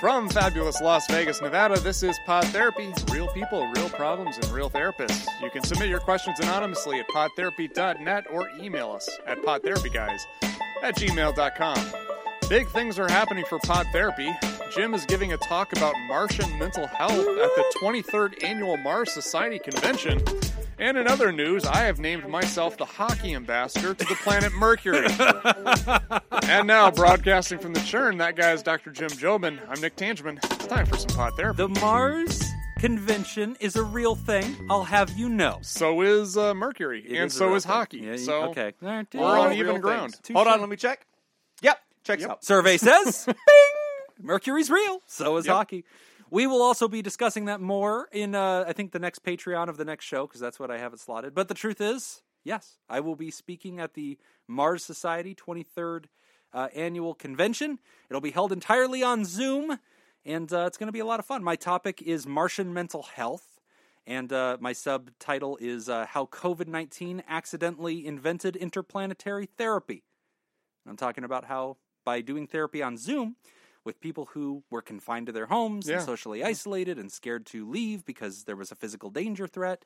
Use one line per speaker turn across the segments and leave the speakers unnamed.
From fabulous Las Vegas, Nevada, this is Pod Therapy. Real people, real problems, and real therapists. You can submit your questions anonymously at podtherapy.net or email us at podtherapyguys at gmail.com. Big things are happening for Pod Therapy. Jim is giving a talk about Martian mental health at the 23rd Annual Mars Society Convention. And in other news, I have named myself the hockey ambassador to the planet Mercury. and now, broadcasting from the churn, that guy is Dr. Jim Jobin. I'm Nick Tangeman. It's time for some pot therapy.
The Mars convention is a real thing. I'll have you know.
so is uh, Mercury,
It
and
is a
so
real
is
thing.
hockey.
Yeah, you-
so
okay. All right,
we're on
real
even
things.
ground.
Touche.
Hold on, let me check. Yep, checks out.
Survey says, "Bing, Mercury's real." So is
Yep.
hockey. We will also be discussing that more in, uh, I think, the next Patreon of the next show because that's what I have it slotted. But the truth is, yes, I will be speaking at the Mars Society 23rd uh, annual convention. It'll be held entirely on Zoom, and uh, it's going to be a lot of fun. My topic is Martian mental health. And uh, my subtitle is uh, How COVID 19 Accidentally Invented Interplanetary Therapy. I'm talking about how by doing therapy on Zoom with people who were confined to their homes
Yeah.
and socially isolated and scared to leave because there was a physical danger threat,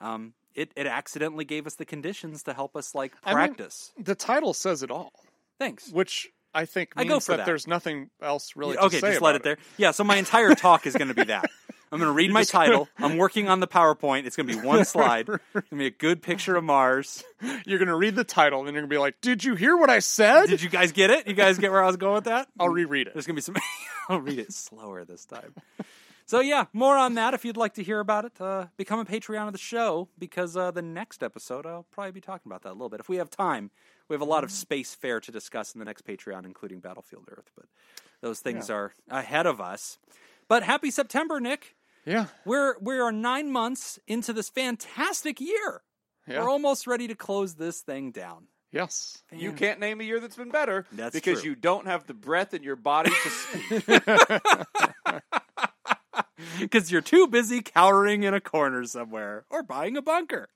um, it, it accidentally gave us the conditions to help us like
I mean,
practice.
the title says it all,
Thanks.
which I think
I
means
go for
that,
that.
there's nothing else really to
okay,
say
just let
about
it, there. Yeah, so my entire talk is going to be that. I'm going to read my
just-
title. I'm working on the PowerPoint. It's going to be one slide. It's going to be a good picture of Mars.
You're going to read the title, and you're going to be like, did you hear what I said?
Did you guys get it? You guys get where I was going with that?
I'll reread it.
There's gonna be some. I'll read it slower this time. So yeah, more on that if you'd like to hear about it. Uh, become a Patreon of the show because uh, the next episode I'll probably be talking about that a little bit if we have time. We have a lot of space fair to discuss in the next Patreon, including Battlefield Earth, but those things are ahead of us. But happy September, Nick.
Yeah.
We're we are nine months into this fantastic year.
Yeah.
We're almost ready to close this thing down.
Yes.
You can't name a year that's been better
That's
because
true.
you don't have the breath in your body to speak.
because you're too busy cowering in a corner somewhere or buying a bunker.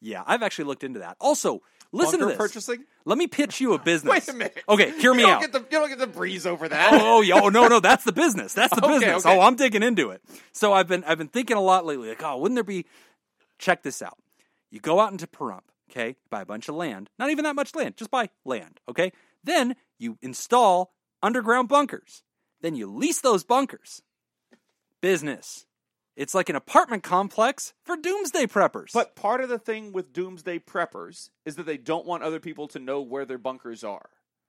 Yeah, I've actually looked into that. Also, listen
Bunker
to this.
purchasing?
Let me pitch you a business.
Wait a minute.
Okay, hear me
you don't
out.
Get the, you don't get the breeze over that.
Oh, oh, yeah. oh, no, no, that's the business. That's the
Okay,
business.
okay.
Oh, I'm digging into it. So I've been I've been thinking a lot lately. Like, oh, wouldn't there be? Check this out. You go out into Pahrump, okay? Buy a bunch of land. Not even that much land. Just buy land, okay? Then you install underground bunkers. Then you lease those bunkers. Business. It's like an apartment complex for doomsday preppers.
But part of the thing with doomsday preppers is that they don't want other people to know where their bunkers are.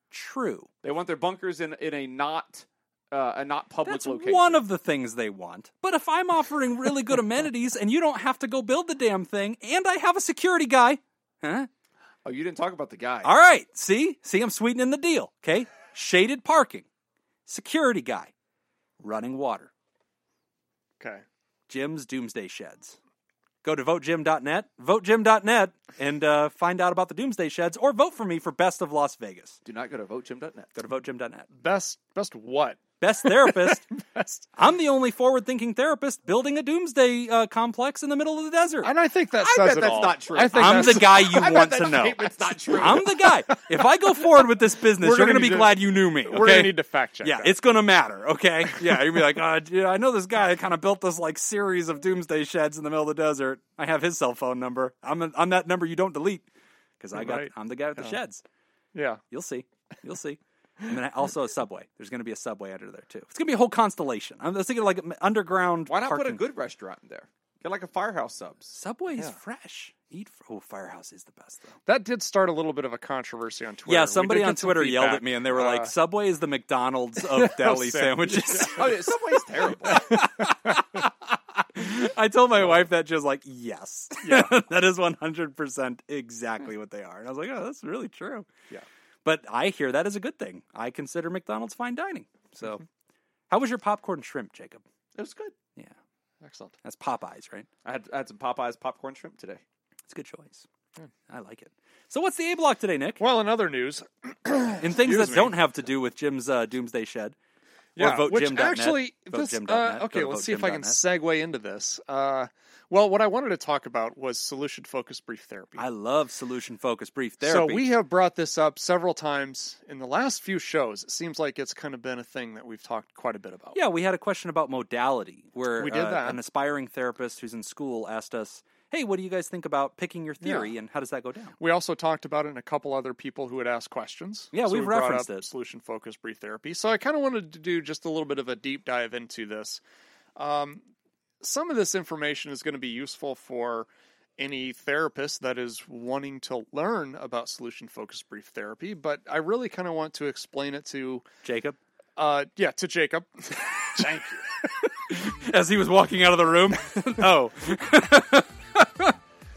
true.
They want their bunkers in in a not uh, a not public
That's
location.
one of the things they want. But if I'm offering really good amenities and you don't have to go build the damn thing, and I have a security guy, huh?
oh, you didn't talk about the guy.
All right, see, see, I'm sweetening the deal. Okay, shaded parking, security guy, running water.
Okay.
Jim's Doomsday Sheds. Go to votegym.net, votegym.net, and uh, find out about the Doomsday Sheds or vote for me for Best of Las Vegas.
Do not go to votejim.net.
Go to votegym.net.
Best, best what?
Best therapist.
Best.
I'm the only forward thinking therapist building a doomsday uh, complex in the middle of the desert.
And I think that
I
says
bet
it
that's
all.
not true.
I think
I'm the
that's-
guy you
I bet
want
that
to know.
statement's not true.
I'm the guy. If I go forward with this business,
We're
you're
gonna
going to
need
be
to-
glad you knew me.
We're
okay?
gonna need to fact check.
Yeah,
that.
it's gonna matter. Okay. Yeah, you'd be like, uh, yeah, I know this guy that kind of built this like series of doomsday sheds in the middle of the desert. I have his cell phone number. I'm I'm that number you don't delete because I got
Right.
I'm the guy with the sheds.
yeah.
You'll see. You'll see. And then also a subway. There's going to be a subway under there too. It's going to be a whole constellation. I'm I was thinking like an underground.
Why not put a
parking-
good restaurant in there? Get like a firehouse subs.
subway? Is fresh. Eat. fr- Oh, Firehouse is the best though.
That did start a little bit of a controversy on Twitter.
Yeah,
We did
somebody
get
on
some
Twitter yelled
feedback.
at me, and they were
Uh,
like, "Subway is the McDonald's of deli sandwiches."
Oh, yeah, Subway's terrible.
I told my wife that she was like, "Yes, that is one hundred percent exactly what they are." And I was like, "Oh, that's really true."
Yeah.
but I hear that is a good thing. I consider McDonald's fine dining. So,
Mm-hmm.
how was your popcorn shrimp, Jacob?
It was good.
Yeah,
Ah, excellent.
that's Popeyes, right?
I had, I had some Popeyes popcorn shrimp today.
It's a good choice. I like it. So, what's the A block today, Nick?
Well, in other news,
In things
excuse
that
me.
don't have to do with Jim's uh, Doomsday Shed.
yeah,
or vote
which
Jim.net.
actually,
Vote
this,
Jim.net.
uh,
Go
okay,
to
let's
vote
see if I can
Jim.net.
segue into this. Uh, well, what I wanted to talk about was solution-focused brief therapy.
I love solution focused brief therapy.
So we have brought this up several times in the last few shows. It seems like it's kind of been a thing that we've talked quite a bit about.
Yeah, we had a question about modality where
We did
uh,
that.
an aspiring therapist who's in school asked us, "Hey, what do you guys think about picking your theory and how does that go down?"
We also talked about it in a couple other people who had asked questions.
Yeah,
so
we've
we brought
referenced
up
it.
Solution focused brief therapy. So I kind of wanted to do just a little bit of a deep dive into this. Um, some of this information is going to be useful for any therapist that is wanting to learn about solution focused brief therapy, but I really kind of want to explain it to,
Jacob,
uh, yeah, to Jacob. Thank you.
as he was walking out of the room, oh,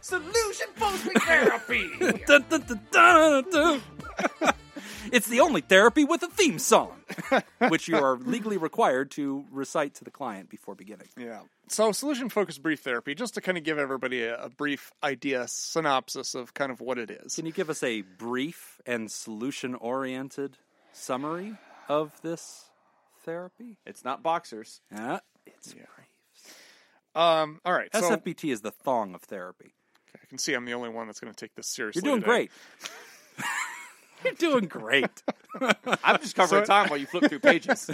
Solution focused therapy.
Dun, dun, dun, dun, dun. it's the only therapy with a theme song, which you are legally required to recite to the client before beginning.
Yeah. So, solution focused brief therapy, just to kind of give everybody a, a brief idea, synopsis of kind of what it is.
Can you give us a brief and solution oriented summary of this therapy?
It's not boxers.
Ah, it's brief.
Um, all right. So,
SFBT is the thong of therapy.
I can see I'm the only one that's going to take this seriously.
You're doing
today.
great. You're doing great.
I'm just covering
So-
time while you flip through pages.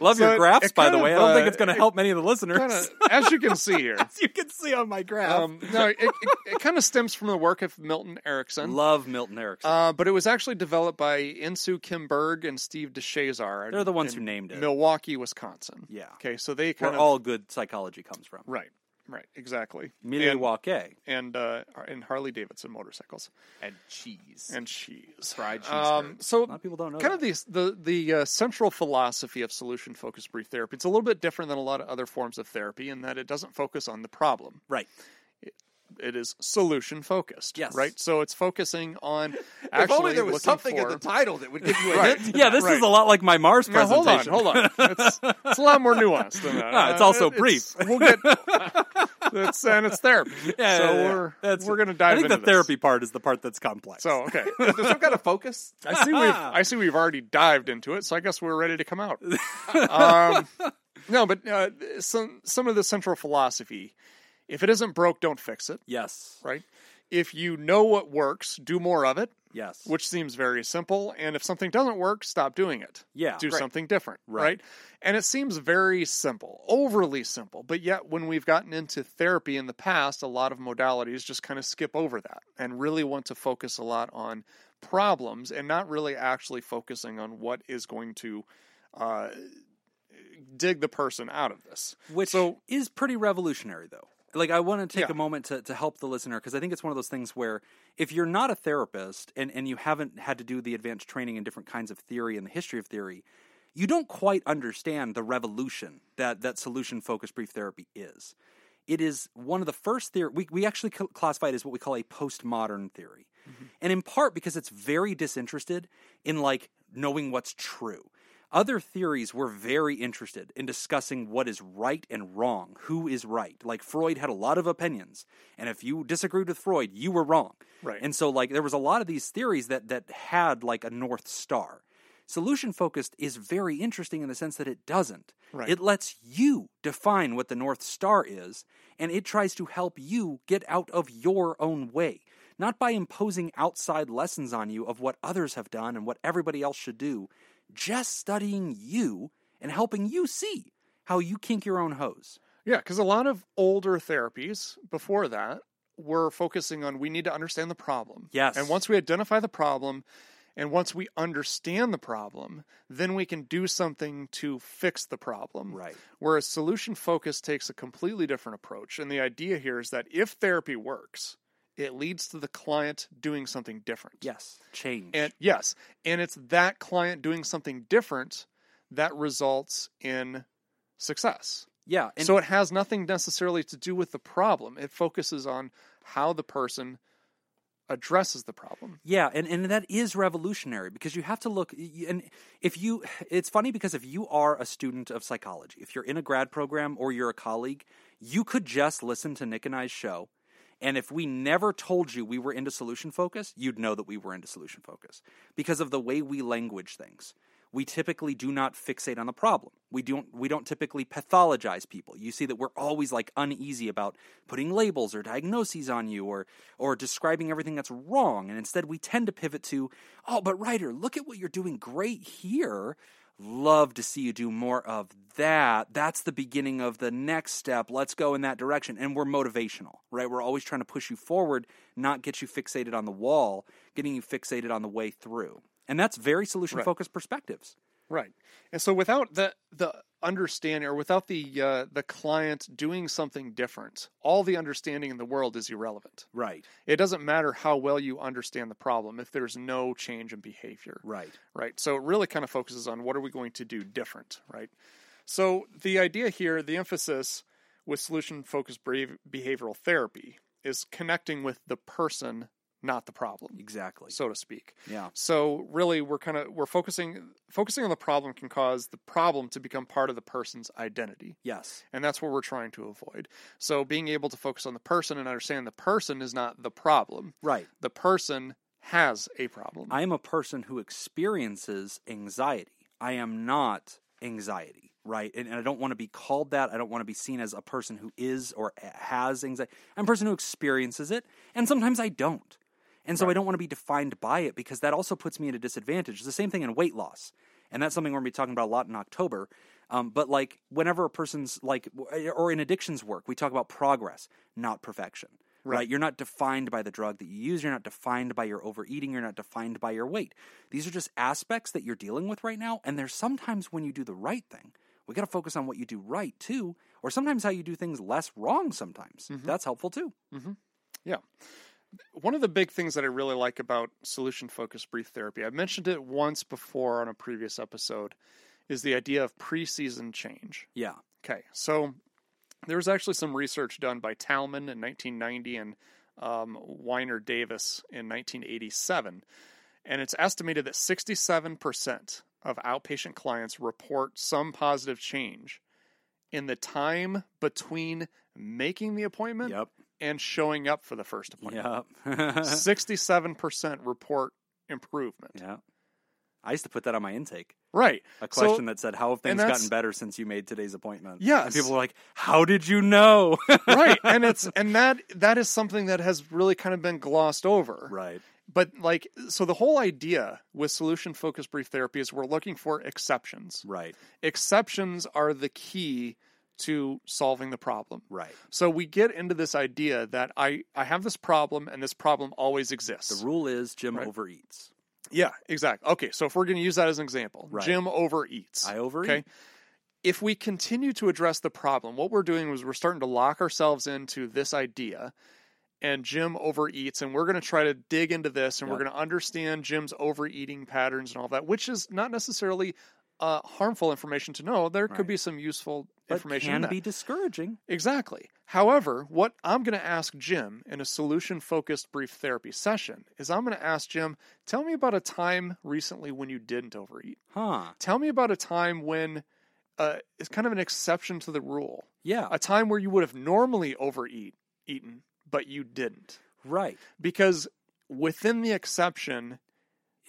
Love
So
your
it-
graphs,
it
by the
kind
way.
of,
I don't think
uh,
it's going to help many of the listeners.
Kinda- as you can see here,
you can see on my graph.
um, no, it, it, it kind of stems from the work of Milton Erickson.
Love Milton Erickson.
Uh, but it was actually developed by Insu Kimberg and Steve DeShazar.
They're the ones
in
who named it.
Milwaukee, Wisconsin.
Yeah.
Okay, so they
Where
kind of
all good psychology comes from.
right, right, exactly. And,
Milwaukee.
and uh, and Harley Davidson motorcycles
and cheese.
and cheese,
Fried cheese
Um,
curds.
so
A lot of people don't know.
kind of
that.
the the the uh, central philosophy of solution focused brief therapy. It's a little bit different than a lot of other forms of therapy in that it doesn't focus on the problem.
right.
It is solution focused.
Yes.
Right. So it's focusing on actually
if only there was
looking
something
for...
in the title that would give you a hint.
Yeah, this is
Right.
a lot like my Mars
Now, hold on,
presentation.
hold on. It's, it's a lot more nuanced than that.
Ah, it's also
it-
brief.
We'll get. It's and it's therapy.
Yeah,
so
yeah, yeah.
we're
That's-
we're gonna dive
I think
into
the
this.
therapy part is the part that's complex.
So okay,
Is there some kind of focus?
I see we've I see we've already dived into it, so I guess we're ready to come out. um, no, but uh, some some of the central philosophy: if it isn't broke, don't fix it.
yes,
Right? If you know what works, do more of it,
yes,
which seems very simple. And if something doesn't work, stop doing it.
yeah,
Do something different,
Right.
right. And it seems very simple, overly simple. But yet, when we've gotten into therapy in the past, a lot of modalities just kind of skip over that and really want to focus a lot on problems and not really actually focusing on what is going to uh, dig the person out of this.
which
So-
is pretty revolutionary though like i want to take
Yeah.
a moment to, to help the listener because i think it's one of those things where if you're not a therapist and, and you haven't had to do the advanced training in different kinds of theory and the history of theory you don't quite understand the revolution that, that solution focused brief therapy is it is one of the first theory we, we actually cl- classify it as what we call a postmodern theory and in part because it's very disinterested in like knowing what's true Other theories were very interested in discussing what is right and wrong, who is right. Like Freud had a lot of opinions, and if you disagreed with Freud, you were wrong.
Right.
And so like there was a lot of these theories that that had like a north star. Solution focused is very interesting in the sense that it doesn't.
Right.
It lets you define what the north star is and it tries to help you get out of your own way. Not by imposing outside lessons on you of what others have done and what everybody else should do, just studying you and helping you see how you kink your own hose.
Yeah, because a lot of older therapies before that were focusing on we need to understand the problem.
Yes.
And once we identify the problem and once we understand the problem, then we can do something to fix the problem.
Right.
Whereas solution focus takes a completely different approach. And the idea here is that if therapy works, it leads to the client doing something different.
Yes. Change.
And yes, and it's that client doing something different that results in success
yeah. And
so it has nothing necessarily to do with the problem. It focuses on how the person addresses the problem.
Yeah, and, and that is revolutionary because you have to look. y- And if you, it's funny because if you are a student of psychology, if you're in a grad program or you're a colleague, you could just listen to Nick and I's show. And if we never told you we were into solution focus, you'd know that we were into solution focus because of the way we language things. We typically do not fixate on the problem. We don't we don't typically pathologize people. You see that we're always like uneasy about putting labels or diagnoses on you or or describing everything that's wrong and instead we tend to pivot to, "Oh, but writer, look at what you're doing great here." Love to see you do more of that. That's the beginning of the next step. Let's go in that direction. And we're motivational, right? We're always trying to push you forward, not get you fixated on the wall, getting you fixated on the way through. And that's very solution focused perspectives.
Right. And so without the the understanding or without the uh, the client doing something different, all the understanding in the world is irrelevant.
Right,
It doesn't matter how well you understand the problem if there's no change in behavior.
right.
right? So it really kind of focuses on what are we going to do different, right? So the idea here, the emphasis with solution focused behavioral therapy is connecting with the person, not the problem,
Exactly.
so to speak.
Yeah.
So really we're kind of we're focusing focusing on the problem can cause the problem to become part of the person's identity.
Yes.
And that's what we're trying to avoid. So being able to focus on the person and understand the person is not the problem.
Right.
The person has a problem.
I am a person who experiences anxiety. I am not anxiety, right? And, and I don't want to be called that. I don't want to be seen as a person who is or a- has anxiety. I'm a person who experiences it, and sometimes I don't. And so I don't want to be defined by it because that also puts me at a disadvantage. It's the same thing in weight loss. And that's something we're going to be talking about a lot in October. Um, but like whenever a person's like, w- or in addictions work, we talk about progress, not perfection. Right. You're not defined by the drug that you use. You're not defined by your overeating. You're not defined by your weight. These are just aspects that you're dealing with right now. And there's sometimes when you do the right thing, we got to focus on what you do right too, or sometimes how you do things less wrong sometimes. That's helpful too.
Yeah. One of the big things that I really like about solution focused brief therapy, I mentioned it once before on a previous episode, is the idea of preseason change.
Yeah.
Okay. So there was actually some research done by Talman in 1990 and um, Weiner Davis in 1987. And it's estimated that 67% of outpatient clients report some positive change in the time between making the appointment
Yep.
and showing up for the first appointment.
Yep.
67% report improvement.
yeah. I used to put that on my intake.
Right.
A
So-
question that said, "How have
and
things
that's-
gotten better since you made today's appointment?" And
Yes.
people were like, "How did you know?"
right. And it's and that that is something that has really kind of been glossed over.
right.
But like so the whole idea with solution focused brief therapy is we're looking for exceptions.
Right.
Exceptions are the key to solving the problem.
Right.
So we get into this idea that I I have this problem and this problem always exists.
The rule is Jim
Right.
overeats.
Yeah, exactly. Okay, so if we're going to use that as an example,
Right.
Jim overeats.
I overeat.
Okay. If we continue to address the problem, what we're doing is we're starting to lock ourselves into this idea and Jim overeats and we're going to try to dig into this and we're
Yep.
going to understand Jim's overeating patterns and all that, which is not necessarily uh, harmful information to know. There
Right.
could be some useful
but
information. in
can
that.
be discouraging.
Exactly. However, what I'm going to ask Jim in a solution focused brief therapy session is I'm going to ask Jim, tell me about a time recently when you didn't overeat.
Huh.
Tell me about a time when uh, it's kind of an exception to the rule,
Yeah.
a time where you would have normally overeat eaten, but you didn't.
right.
Because within the exception,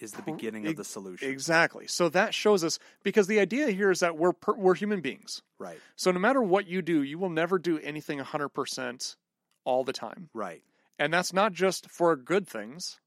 Is the beginning of the solution.
exactly. So that shows us because the idea here is that we're per, we're human beings.
right.
So no matter what you do, you will never do anything 100% all the time.
Right.
And that's not just for good things,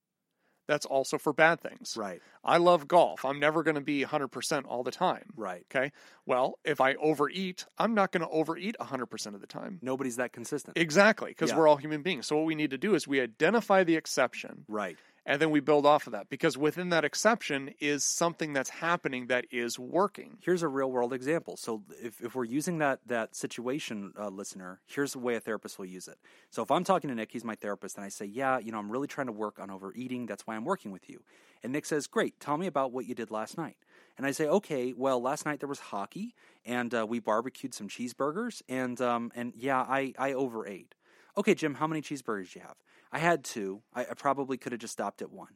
that's also for bad things.
Right.
I love golf. I'm never going to be 100% all the time.
Right.
Okay. Well, if I overeat, I'm not going to overeat 100% of the time.
Nobody's that consistent.
Exactly, because
Yeah.
we're all human beings. So what we need to do is we identify the exception
right.
and then we build off of that because within that exception is something that's happening that is working.
Here's a real world example. So if, if we're using that that situation, uh, listener, here's the way a therapist will use it. So if I'm talking to Nick, he's my therapist, and I say, "Yeah, you know, I'm really trying to work on overeating. That's why I'm working with you." And Nick says, "Great. Tell me about what you did last night." And I say, "Okay, well, last night there was hockey, and uh, we barbecued some cheeseburgers, and um, and yeah, I I overate." Okay, Jim, how many cheeseburgers do you have? I had two. I, I probably could have just stopped at one.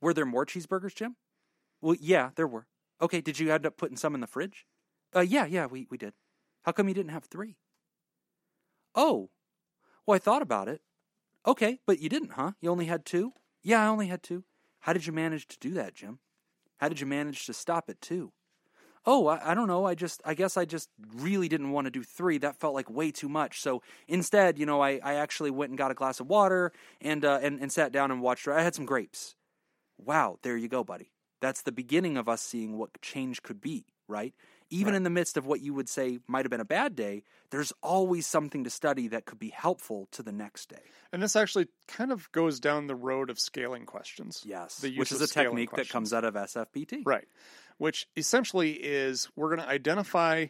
Were there more cheeseburgers, Jim? Well, yeah, there were. Okay, did you end up putting some in the fridge? Uh, yeah, yeah, we, we did. How come you didn't have three? Oh, well, I thought about it. Okay, but you didn't, huh? You only had two? Yeah, I only had two. How did you manage to do that, Jim? How did you manage to stop at two? Oh, I, I don't know. I just, I guess I just really didn't want to do three. That felt like way too much. So instead, you know, I, I actually went and got a glass of water and, uh, and, and sat down and watched. I had some grapes. Wow, there you go, buddy. That's the beginning of us seeing what change could be, right? Even in the midst of what you would say might have been a bad day, there's always something to study that could be helpful to the next day.
And this actually kind of goes down the road of scaling questions.
Yes,
The use
which
of
is a
scaling
technique that
questions.
comes out of SFPT.
Right. Which essentially is we're going to identify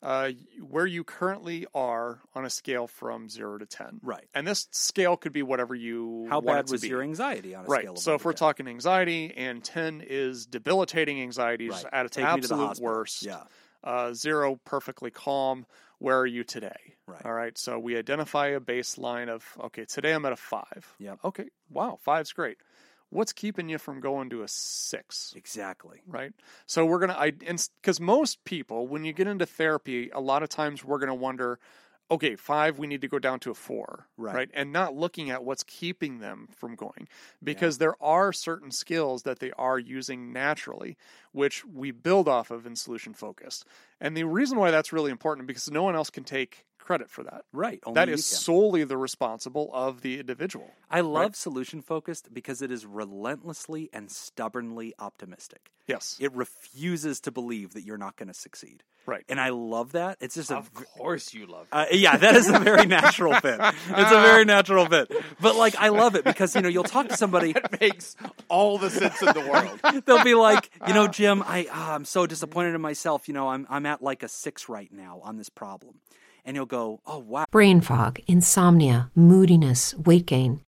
uh, where you currently are on a scale from zero to 10.
Right.
And this scale could be whatever you
How
want it
bad
to
was
be.
your anxiety on a
Right.
scale? Of
so
one
if
to
we're
10?
talking anxiety and 10 is debilitating anxiety, just
Right.
at its
Take me to the
absolute
hospital.
worst.
yeah,
Uh, zero, perfectly calm. Where are you today?
Right.
All right. So we identify a baseline of, okay, today I'm at a five.
Yep.
Okay. Wow. Five's great. What's keeping you from going to a six?
exactly.
right? So we're gonna, I because most people, when you get into therapy, a lot of times we're gonna wonder, okay, five, we need to go down to a four,
Right.
And not looking at what's keeping them from going, because there are certain skills that they are using naturally, which we build off of in solution focused. And the reason why that's really important because no one else can take credit for that.
Right. Only
that
you
is
can.
solely the responsible of the individual.
I love solution focused because it is relentlessly and stubbornly optimistic.
Yes.
It refuses to believe that you're not going to succeed.
Right.
And I love that. It's just a
Of course you love
Uh, yeah, that is a very natural fit. It's a very natural fit. But like, I love it because you know you'll talk to somebody,
it. Makes all the sense in the world.
they'll be like, you know, Jim, I ah, I'm so disappointed in myself. You know, I'm I'm at like a six right now on this problem, and you'll go, oh wow,
Brain fog, insomnia, moodiness, weight gain.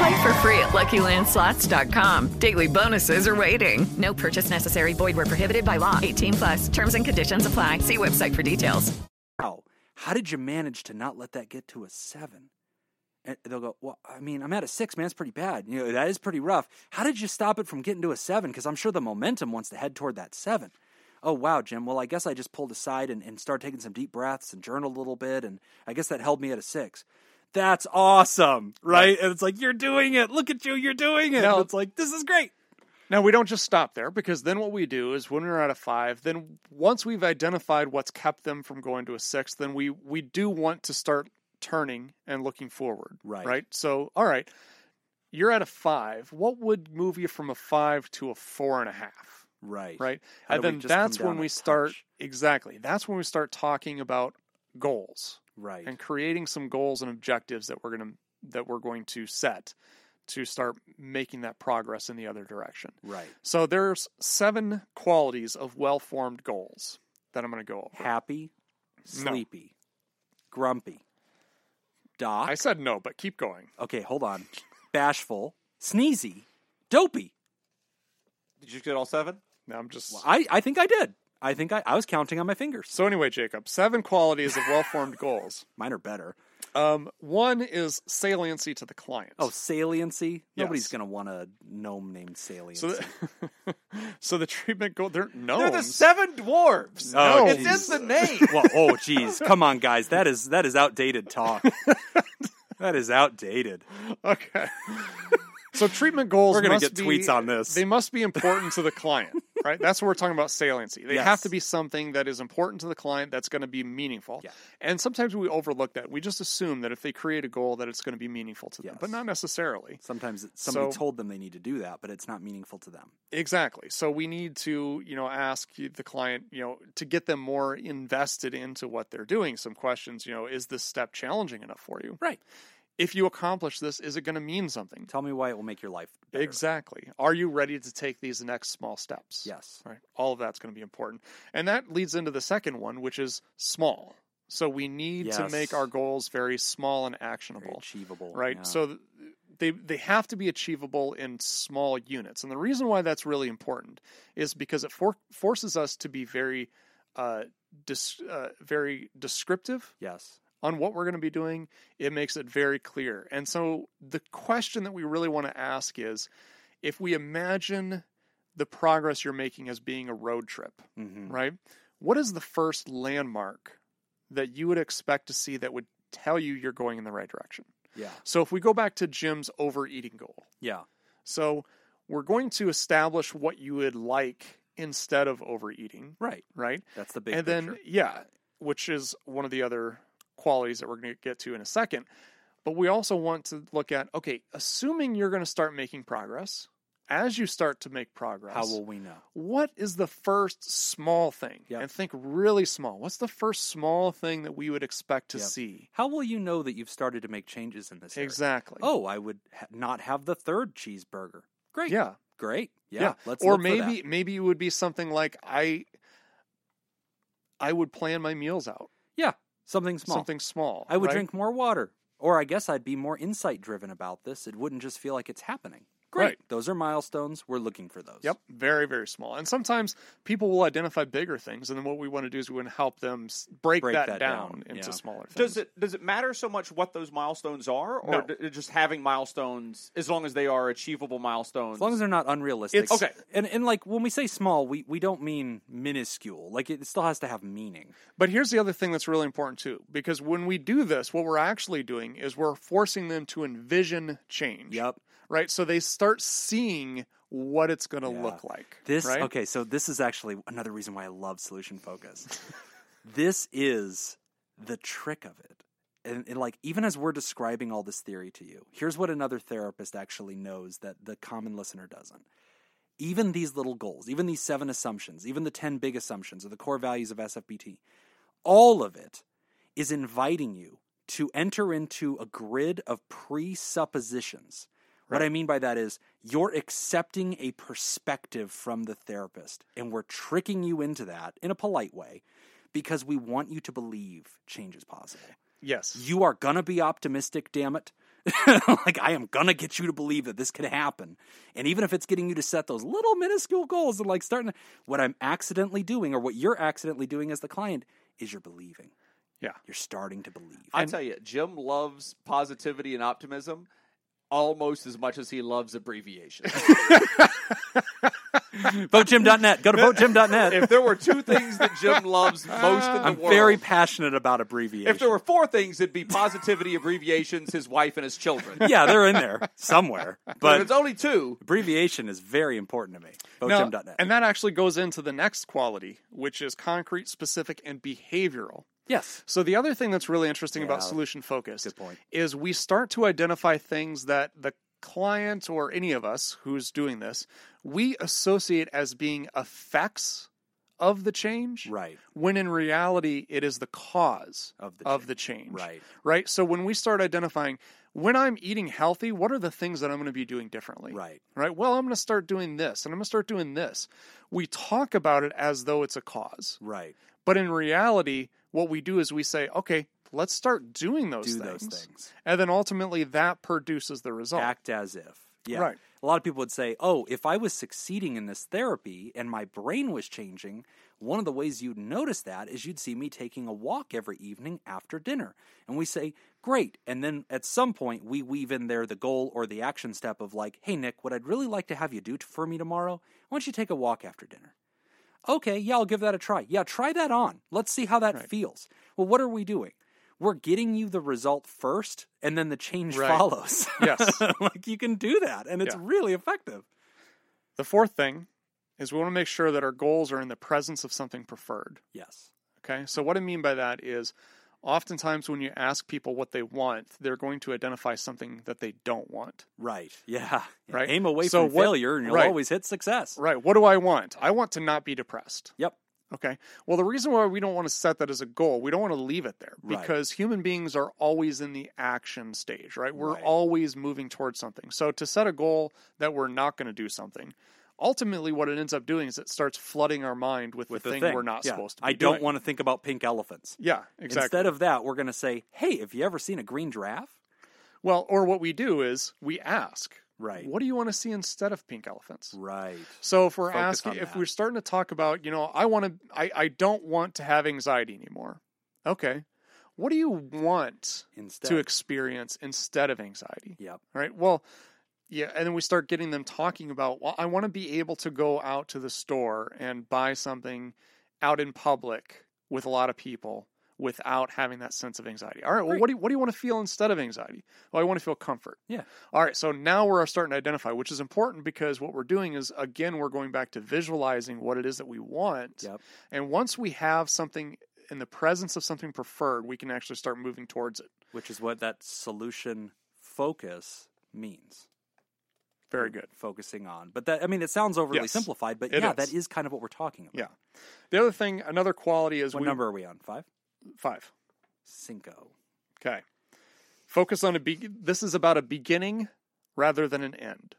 Play for free at LuckyLandSlots.com. Daily bonuses are waiting. No purchase necessary. Void were prohibited by law. 18 plus. Terms and conditions apply. See website for details.
how did you manage to not let that get to a seven? And they'll go, well, I mean, I'm at a six, man. It's pretty bad. You know, that is pretty rough. How did you stop it from getting to a seven? Because I'm sure the momentum wants to head toward that seven. Oh, wow, Jim. Well, I guess I just pulled aside and, and started taking some deep breaths and journaled a little bit. And I guess that held me at a six. That's awesome, right? And it's like, you're doing it. Look at you. You're doing it.
No.
And it's like, this is great.
Now, we don't just stop there because then what we do is when we're at a five, then once we've identified what's kept them from going to a six, then we, we do want to start turning and looking forward.
Right.
Right. So, all right, you're at a five. What would move you from a five to a four and a half?
Right.
Right.
How
and
do we
then
just come
that's
down
when
a
we start,
touch?
exactly. That's when we start talking about goals
Right.
and creating some goals and objectives that we're going to that we're going to set to start making that progress in the other direction.
Right.
So there's seven qualities of well-formed goals that I'm going to go over.
Happy, sleepy, grumpy, doc.
I said no, but keep going.
okay, hold on. Bashful, sneezy, dopey.
Did you get all seven?
Now I'm just
I, I think I did. I think I, I was counting on my fingers.
So anyway, Jacob, seven qualities of well-formed goals.
Mine are better.
Um, one is saliency to the client.
Oh, saliency. Nobody's
Yes.
going to want a gnome named saliency.
so the, so the treatment goal they're no
They're the seven dwarves.
Oh,
it's
geez.
in the name.
Well, oh, jeez, come on, guys. That is that is outdated talk. that is outdated.
Okay. So treatment goals.
We're gonna
must
get
be-
tweets on this.
They must be important to the client, right? That's what we're talking about saliency. They have
Yes.
to be something that is important to the client that's going to be meaningful.
Yeah.
And sometimes we overlook that. We just assume that if they create a goal, that it's going to be meaningful to them,
Yes.
but not necessarily.
Sometimes it- somebody
So-
told them they need to do that, but it's not meaningful to them.
Exactly. So we need to, you know, ask the client, you know, to get them more invested into what they're doing. Some questions, you know, is this step challenging enough for you?
Right.
If you accomplish this, is it going to mean something?
Tell me why it will make your life better.
Exactly. Are you ready to take these next small steps?
Yes.
Right. All of that's going to be important. And that leads into the second one, which is small. So we need to make
Yes.
our goals very small and
Very
actionable.
achievable.
Right.
yeah.
So th- they they have to be achievable in small units. And the reason why that's really important is because it for- forces us to be very uh, dis- uh very descriptive
yes,
on what we're going to be doing, it makes it very clear. And so the question that we really want to ask is if we imagine the progress you're making as being a road trip,
Mhm.
right? What is the first landmark that you would expect to see that would tell you you're going in the right direction?
yeah,
So if we go back to Jim's overeating goal,
yeah,
so we're going to establish what you would like instead of overeating,
right.
right?
That's the big.
and then
picture.
yeah which is one of the other qualities that we're going to get to in a second but we also want to look at okay assuming you're going to start making progress as you start to make progress
how will we know?
what is the first small thing
Yep.
and think really small what's the first small thing that we would expect to
Yep.
see
How will you know that you've started to make changes in this? area?
exactly
Oh, I would ha- not have the third cheeseburger. Great.
yeah
Great. Yeah. Let's.
or
look for that.
maybe maybe it would be something like i i would plan my meals out
Yeah. Something small.
something small
I would
right?
drink more water. Or I guess I'd be more insight driven about this. It wouldn't just feel like it's happening. Great.
Right.
Those are milestones. We're looking for those.
Yep, very very small. And sometimes people will identify bigger things, and then what we want to do is we want to help them s- break,
Break
that,
that
down,
down,
into
yeah.
smaller things.
Does it does it matter so much what those milestones are, or
No.
d- just having milestones as long as they are achievable milestones?
As long as they're not unrealistic.
It's-
Okay.
And and like when we say small, we, we don't mean minuscule. Like it still has to have meaning.
But here's the other thing that's really important too, because when we do this, what we're actually doing is we're forcing them to envision change.
Yep.
Right. So they start seeing what it's going to
Yeah.
look like.
This
right?
okay, so this is actually another reason why I love solution focus. this is the trick of it. And, and like even as we're describing all this theory to you, here's what another therapist actually knows that the common listener doesn't. Even these little goals, even these seven assumptions, even the 10 big assumptions or the core values of SFBT, all of it is inviting you to enter into a grid of presuppositions. What I mean by that is you're accepting a perspective from the therapist, and we're tricking you into that in a polite way because we want you to believe change is possible.
Yes.
You are going to be optimistic, damn it. like, I am going to get you to believe that this can happen. And even if it's getting you to set those little minuscule goals and like starting to, what I'm accidentally doing or what you're accidentally doing as the client is you're believing.
Yeah.
You're starting to believe.
I tell you, Jim loves positivity and optimism almost as much as he loves abbreviations.
VoteJim.net. Go to VoteJim.net.
if there were two things that Jim loves most in the
I'm
world,
very passionate about abbreviation.
if there were four things, it'd be positivity, abbreviations, his wife, and his children.
yeah, they're in there somewhere.
But if
But
it's only two.
abbreviation is very important to me.
Now,
VoteJim.net.
and that actually goes into the next quality, which is concrete, specific, and behavioral.
yes.
So the other thing that's really interesting about solution focus
point.
is we start to identify things that the client or any of us who's doing this, we associate as being effects of the change.
Right.
When in reality it is the cause
Of the
of the change.
Right.
Right? So when we start identifying when I'm eating healthy, what are the things that I'm going to be doing differently?
Right.
Right? Well, I'm going to start doing this and I'm going to start doing this. We talk about it as though it's a cause.
Right.
But in reality, what we do is we say, okay, let's start doing those,
Do
things.
those things.
And then ultimately that produces the result.
Act as if. Yeah.
Right.
A lot of people would say, oh, if I was succeeding in this therapy and my brain was changing, one of the ways you'd notice that is you'd see me taking a walk every evening after dinner. And we say, great. And then at some point, we weave in there the goal or the action step of like, hey, Nick, what I'd really like to have you do t- for me tomorrow, I want you to take a walk after dinner. Okay, yeah, I'll give that a try. Yeah, try that on. Let's see how that feels. Well, what are we doing? We're getting you the result first, and then the change
Right.
follows.
Yes.
like you can do that, and it's
Yeah.
really effective.
The fourth thing is we want to make sure that our goals are in the presence of something preferred.
Yes.
Okay. So, what I mean by that is oftentimes when you ask people what they want, they're going to identify something that they don't want.
Right. Yeah.
Right.
Aim away
So
from
what-
failure, and you'll
right.
always hit success.
Right. What do I want? I want to not be depressed.
Yep.
Okay. Well, the reason why we don't want to set that as a goal, we don't want to leave it there
Right.
because human beings are always in the action stage, right? We're
Right.
always moving towards something. So to set a goal that we're not going to do something, ultimately what it ends up doing is it starts flooding our mind with,
With
the,
the
thing, we're not
Yeah.
supposed to be
I don't
doing.
want to think about pink elephants.
Yeah, exactly.
Instead of that, we're going to say, "Hey, have you ever seen a green giraffe?"
well, or what we do is we ask,
Right.
What do you want to see instead of pink elephants?
Right.
So if we're
Focus
asking,
on
if
that.
we're starting to talk about, you know, I want to, I, I don't want to have anxiety anymore. Okay. What do you want
Instead.
to experience instead of anxiety?
Yep.
Right. Well, yeah. And then we start getting them talking about, well, I want to be able to go out to the store and buy something out in public with a lot of people without having that sense of anxiety. All right. Well, what do you, what do you want to feel instead of anxiety? Well, I want to feel comfort.
Yeah.
All right, so now we're starting to identify, which is important because what we're doing is again we're going back to visualizing what it is that we want.
Yep.
And once we have something in the presence of something preferred, we can actually start moving towards it.
Which is what that solution focus means.
Very good.
Focusing on, but that I mean, it sounds overly
Yes.
simplified, but
It
yeah,
is.
that is kind of what we're talking about.
Yeah. The other thing, another quality is
What
we,
number are we on? Five.
five.
Cinco.
Okay. Focus on a be- this is about a beginning rather than an end.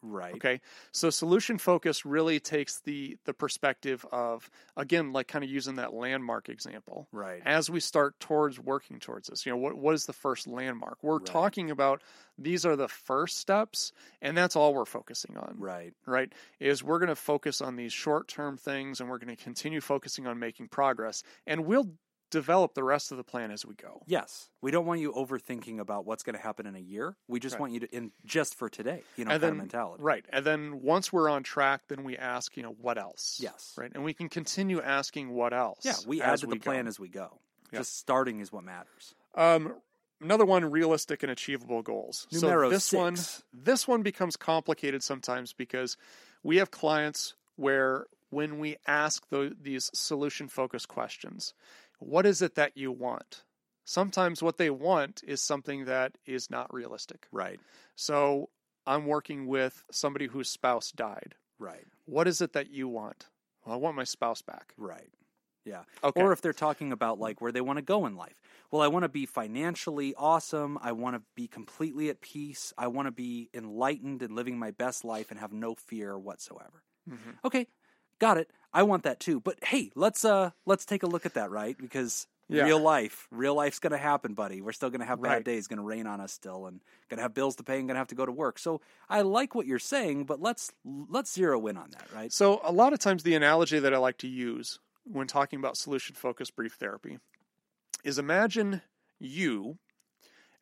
Right.
Okay. So solution focus really takes the the perspective of again, like kind of using that landmark example.
Right.
As we start towards working towards this, you know, what what is the first landmark? We're talking about these are the first steps, and that's all we're focusing on.
Right.
Right. Is we're going to focus on these short term things, and we're going to continue focusing on making progress, and we'll develop the rest of the plan as we go.
Yes. We don't want you overthinking about what's going to happen in a year. We just want you to in just for today, you know, kind of mentality.
Right. And then once we're on track, then we ask, you know, what else?
Yes.
Right. And we can continue asking what else.
Yeah, we add
as
to the
we
plan
go.
as we go. Just starting is what matters.
um another one realistic and achievable goals.
Numero
so this one
six.
this one becomes complicated sometimes because we have clients where when we ask tho- these solution focused questions, what is it that you want? Sometimes what they want is something that is not realistic.
Right.
So I'm working with somebody whose spouse died.
Right.
what is it that you want? Well, I want my spouse back.
Right. Yeah.
Okay.
Or if they're talking about like where they want to go in life. Well, I want to be financially awesome. I want to be completely at peace. I want to be enlightened and living my best life and have no fear whatsoever.
Mm-hmm.
Okay. Got it. I want that too. But hey, let's uh let's take a look at that, right? Because
Yeah.
real life, real life's going to happen, buddy. We're still going to have bad
Right.
days, going to rain on us still and going to have bills to pay and going to have to go to work. So, I like what you're saying, but let's let's zero in on that, right?
So, a lot of times, the analogy that I like to use when talking about solution focused brief therapy is imagine you,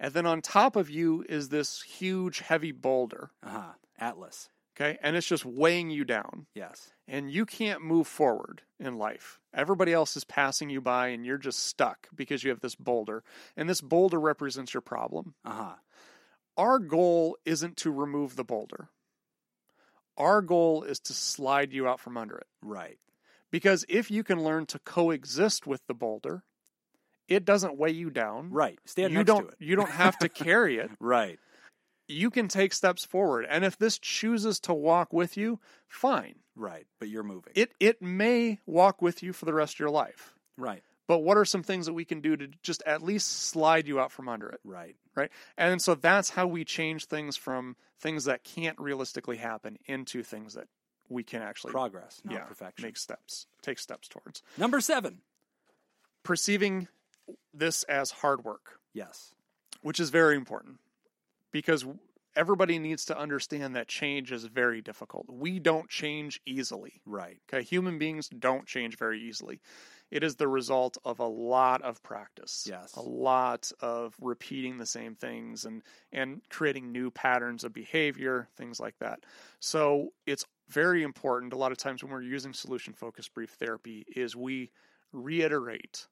and then on top of you is this huge, heavy boulder.
Uh-huh. Atlas.
Okay. And it's just weighing you down.
Yes.
And you can't move forward in life. Everybody else is passing you by and you're just stuck because you have this boulder. And this boulder represents your problem.
Uh huh.
Our goal isn't to remove the boulder, our goal is to slide you out from under it.
Right.
Because if you can learn to coexist with the boulder, it doesn't weigh you down.
Right. Stand
you
next
don't
to it.
you don't have to carry it.
Right.
You can take steps forward. And if this chooses to walk with you, fine.
Right. But you're moving.
It it may walk with you for the rest of your life.
right.
But what are some things that we can do to just at least slide you out from under it,
Right.
right? And so that's how we change things from things that can't realistically happen into things that we can actually
Progress, not
yeah,
perfection.
make steps, take steps towards.
Number seven.
perceiving this as hard work,
Yes.
which is very important because everybody needs to understand that change is very difficult. We don't change easily.
Right.
Okay, human beings don't change very easily. It is the result of a lot of practice.
Yes.
A lot of repeating the same things and and creating new patterns of behavior, things like that. So, it's very important a lot of times when we're using solution focused brief therapy is we reiterate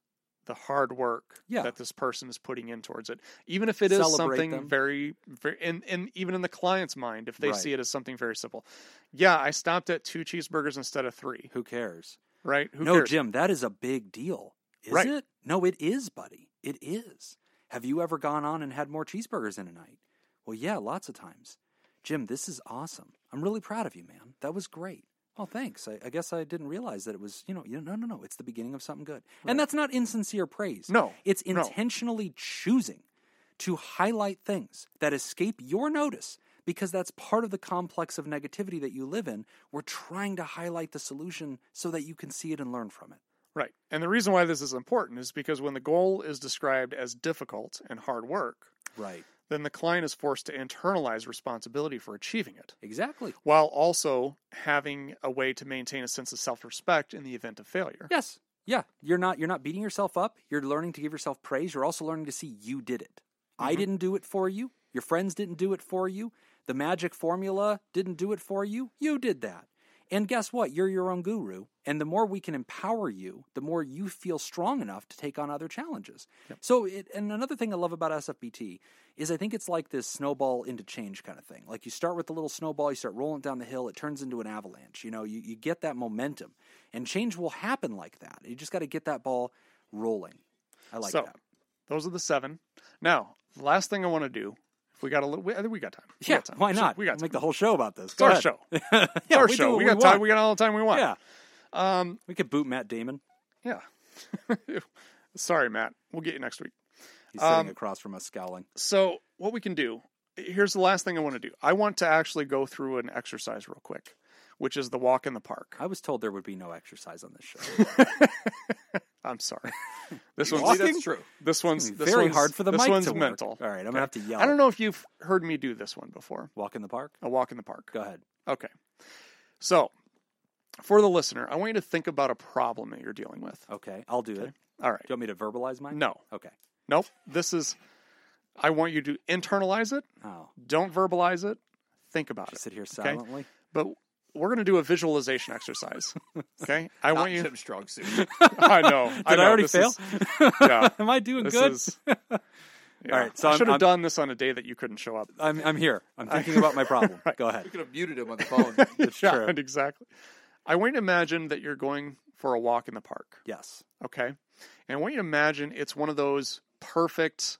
the hard work
Yeah.
that this person is putting in towards it even if it is
Celebrate
something
them.
very very and, and even in the client's mind if they
Right.
see it as something very simple yeah i stopped at two cheeseburgers instead of three
Who cares?
right who
no,
cares
Jim, that is a big deal. Is
Right.
it? No, it is, buddy. It is. Have you ever gone on and had more cheeseburgers in a night? Well, yeah, lots of times. Jim, this is awesome. I'm really proud of you, man. That was great. Oh, thanks. I, I guess I didn't realize that it was, you know, you no, no, no. It's the beginning of something good. And that's not insincere praise.
No,
It's
no.
intentionally choosing to highlight things that escape your notice because that's part of the complex of negativity that you live in. We're trying to highlight the solution so that you can see it and learn from it.
right and the reason why this is important is because when the goal is described as difficult and hard work
Right.
then the client is forced to internalize responsibility for achieving it
Exactly.
while also having a way to maintain a sense of self-respect in the event of failure
Yes. Yeah. You're not you're not beating yourself up. You're learning to give yourself praise. You're also learning to see you did it. I didn't do it for you. Your friends didn't do it for you. The magic formula didn't do it for you. You did that. And guess what? You're your own guru. And the more we can empower you, the more you feel strong enough to take on other challenges. So, it, and another thing I love about SFBT is I think it's like this snowball into change kind of thing. Like you start with a little snowball, you start rolling it down the hill, it turns into an avalanche. You know, you, you get that momentum, and change will happen like that. You just got to get that ball rolling. I like
so
that.
those are the seven now the last thing i want to do if we got a little we, I think we got time we
Yeah,
got time.
why
So
not?
we got time.
make the whole show about this.
it's our show
yeah,
It's our
we do
show.
what
We got time.
want.
We got all the time we want.
Yeah,
Um.
we could boot Matt Damon.
Yeah. Sorry, Matt. We'll get you next week.
He's sitting
Um,
across from us, scowling.
So what we can do? Here's the last thing I want to do. I want to actually go through an exercise real quick, which is the walk in the park.
I was told there would be no exercise on this show.
I'm sorry. This
See,
one's
that's true.
this one's
It's
this
Hmm, very
one's-
hard for the
this
mic
one's
to work.
mental.
All right, I'm gonna have to yell.
I don't know if you've heard me do this one before.
Walk in the park.
A walk in the park.
Go ahead.
Okay. So, for the listener, I want you to think about a problem that you're dealing with.
Okay, I'll do it.
All right.
Do you want me to verbalize mine?
No.
Okay.
Nope. This is. I want you to internalize it.
Oh,
Don't verbalize it. Think about
just
it.
sit here
okay?
silently.
But we're going to do a visualization exercise. Okay. I want you.
Jim's strong suit.
I know.
Did I,
know,
already
this
fail?
is- yeah.
Am I doing
This
good?
is.
All right. So
I
I'm,
should
I'm,
have done this on a day that you couldn't show up.
I'm, I'm here. I'm thinking about my problem. Go ahead.
You could have muted him on the phone.
It's
Yeah,
true.
exactly. I want you to imagine that you're going for a walk in the park.
Yes.
Okay. And I want you to imagine it's one of those perfect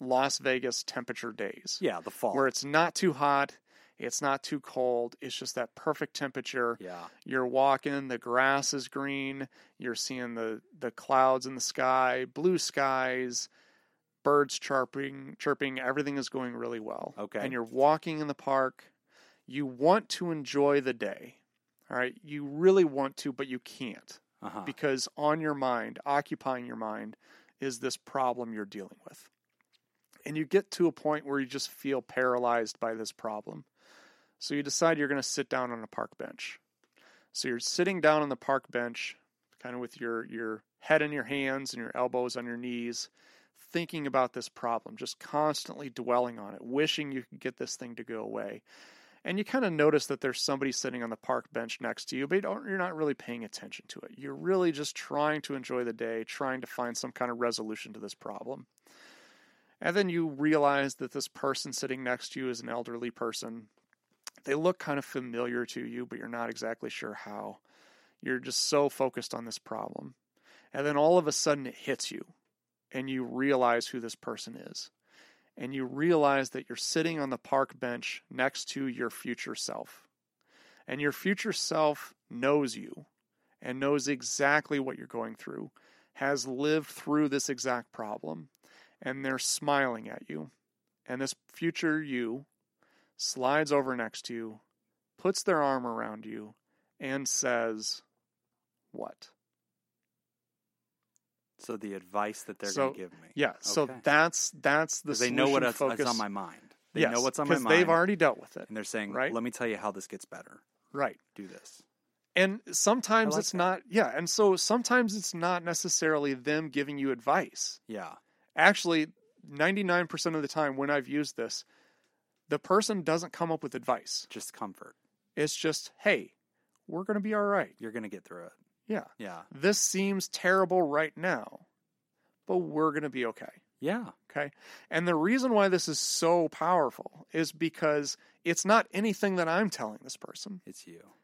Las Vegas temperature days.
Yeah. The fall.
where it's not too hot, it's not too cold, it's just that perfect temperature.
yeah.
You're walking, the grass is green, you're seeing the the clouds in the sky, blue skies, birds chirping, chirping, everything is going really well.
Okay.
And you're walking in the park. You want to enjoy the day. All right? You really want to, but you can't
Uh huh.
because on your mind, occupying your mind, is this problem you're dealing with. And you get to a point where you just feel paralyzed by this problem. So you decide you're going to sit down on a park bench. So you're sitting down on the park bench, kind of with your, your head in your hands and your elbows on your knees, thinking about this problem, just constantly dwelling on it, wishing you could get this thing to go away. and you kind of notice that there's somebody sitting on the park bench next to you, but you don't, you're not really paying attention to it. You're really just trying to enjoy the day, trying to find some kind of resolution to this problem. And then you realize that this person sitting next to you is an elderly person. They look kind of familiar to you, but you're not exactly sure how. You're just so focused on this problem. And then all of a sudden it hits you, and you realize who this person is. And you realize that you're sitting on the park bench next to your future self. And your future self knows you and knows exactly what you're going through, has lived through this exact problem, and they're smiling at you. And this future you slides over next to you, puts their arm around you, and says, What?
So the advice that they're
So-
going to give me.
Yeah. So
Okay.
that's that's the
'Cause they know what
solution
is what's
focus.
on my mind. They
yes,
know what's on my
'cause
mind.
They've already dealt with it.
and they're saying,
right?
"Let me tell you how this gets better.
Right.
Do this."
And sometimes
like
it's
that.
not yeah, and so sometimes it's not necessarily them giving you advice.
Yeah.
Actually, 99% of the time when I've used this, the person doesn't come up with advice.
Just comfort.
It's just, "Hey, we're going to be all right."
You're going to get through it.
Yeah.
Yeah.
This seems terrible right now, but we're going to be okay.
Yeah.
Okay. And the reason why this is so powerful is because it's not anything that I'm telling this person.
It's you.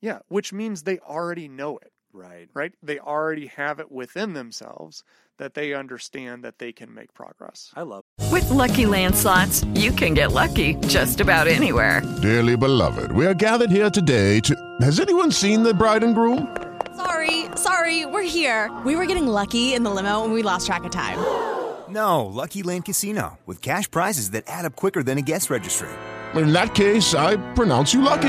Yeah. Which means they already know it,
Right.
right? They already have it within themselves that they understand that they can make progress.
I love.
With Lucky Land slots, you can get lucky just about anywhere.
Dearly beloved, we are gathered here today to. Has anyone seen the bride and groom?
Sorry, sorry, we're here. We were getting lucky in the limo and we lost track of time.
No, Lucky Land Casino with cash prizes that add up quicker than a guest registry.
In that case, I pronounce you lucky.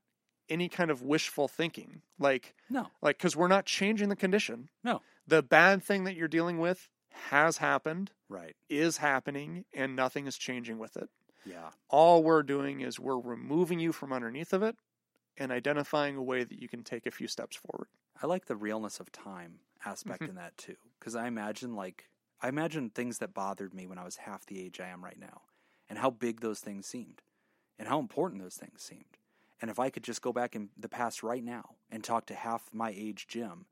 any kind of wishful thinking. Like,
No.
like, because we're not changing the condition.
No.
The bad thing that you're dealing with has happened,
Right.
is happening, and nothing is changing with it.
Yeah.
all we're doing is we're removing you from underneath of it and identifying a way that you can take a few steps forward.
I like the realness of time aspect in that too, because I imagine like I imagine things that bothered me when I was half the age I am right now, and how big those things seemed, and how important those things seemed, and if I could just go back in the past right now and talk to half my age Jim,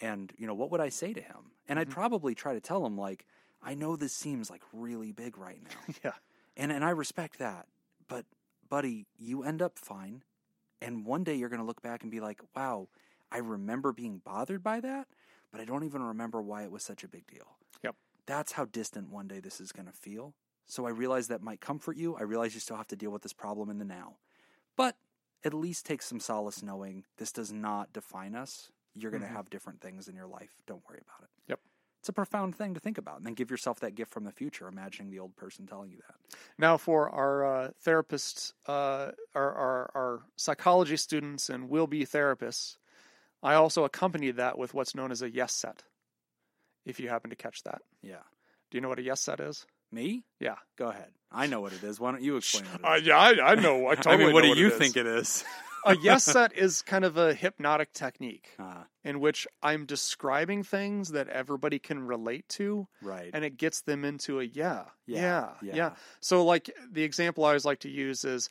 and you know what would I say to him? And I'd probably try to tell him like, I know this seems like really big right now,
Yeah.
and and I respect that, but buddy, you end up fine. And one day you're going to look back and be like, wow, I remember being bothered by that, but I don't even remember why it was such a big deal.
Yep.
That's how distant one day this is going to feel. So I realize that might comfort you. I realize you still have to deal with this problem in the now. But at least take some solace knowing this does not define us. You're going to have different things in your life. Don't worry about it.
Mm-hmm. Yep.
It's a profound thing to think about. And then give yourself that gift from the future, imagining the old person telling you that.
Now, for our uh, therapists, uh, our, our, our psychology students, and will be therapists, I also accompanied that with what's known as a yes set, if you happen to catch that.
Yeah.
Do you know what a yes set is?
Me?
Yeah.
Go ahead. I know what it is. Why don't you explain what it is?
Uh, yeah, I, I know. I
I mean, what do you think it is?
a yes set is Oh. kind of a hypnotic technique
Ah,
in which I'm describing things that everybody can relate to,
right.
and it gets them into a yeah,
Yeah,
yeah, yeah,
yeah.
So like the example I always like to use is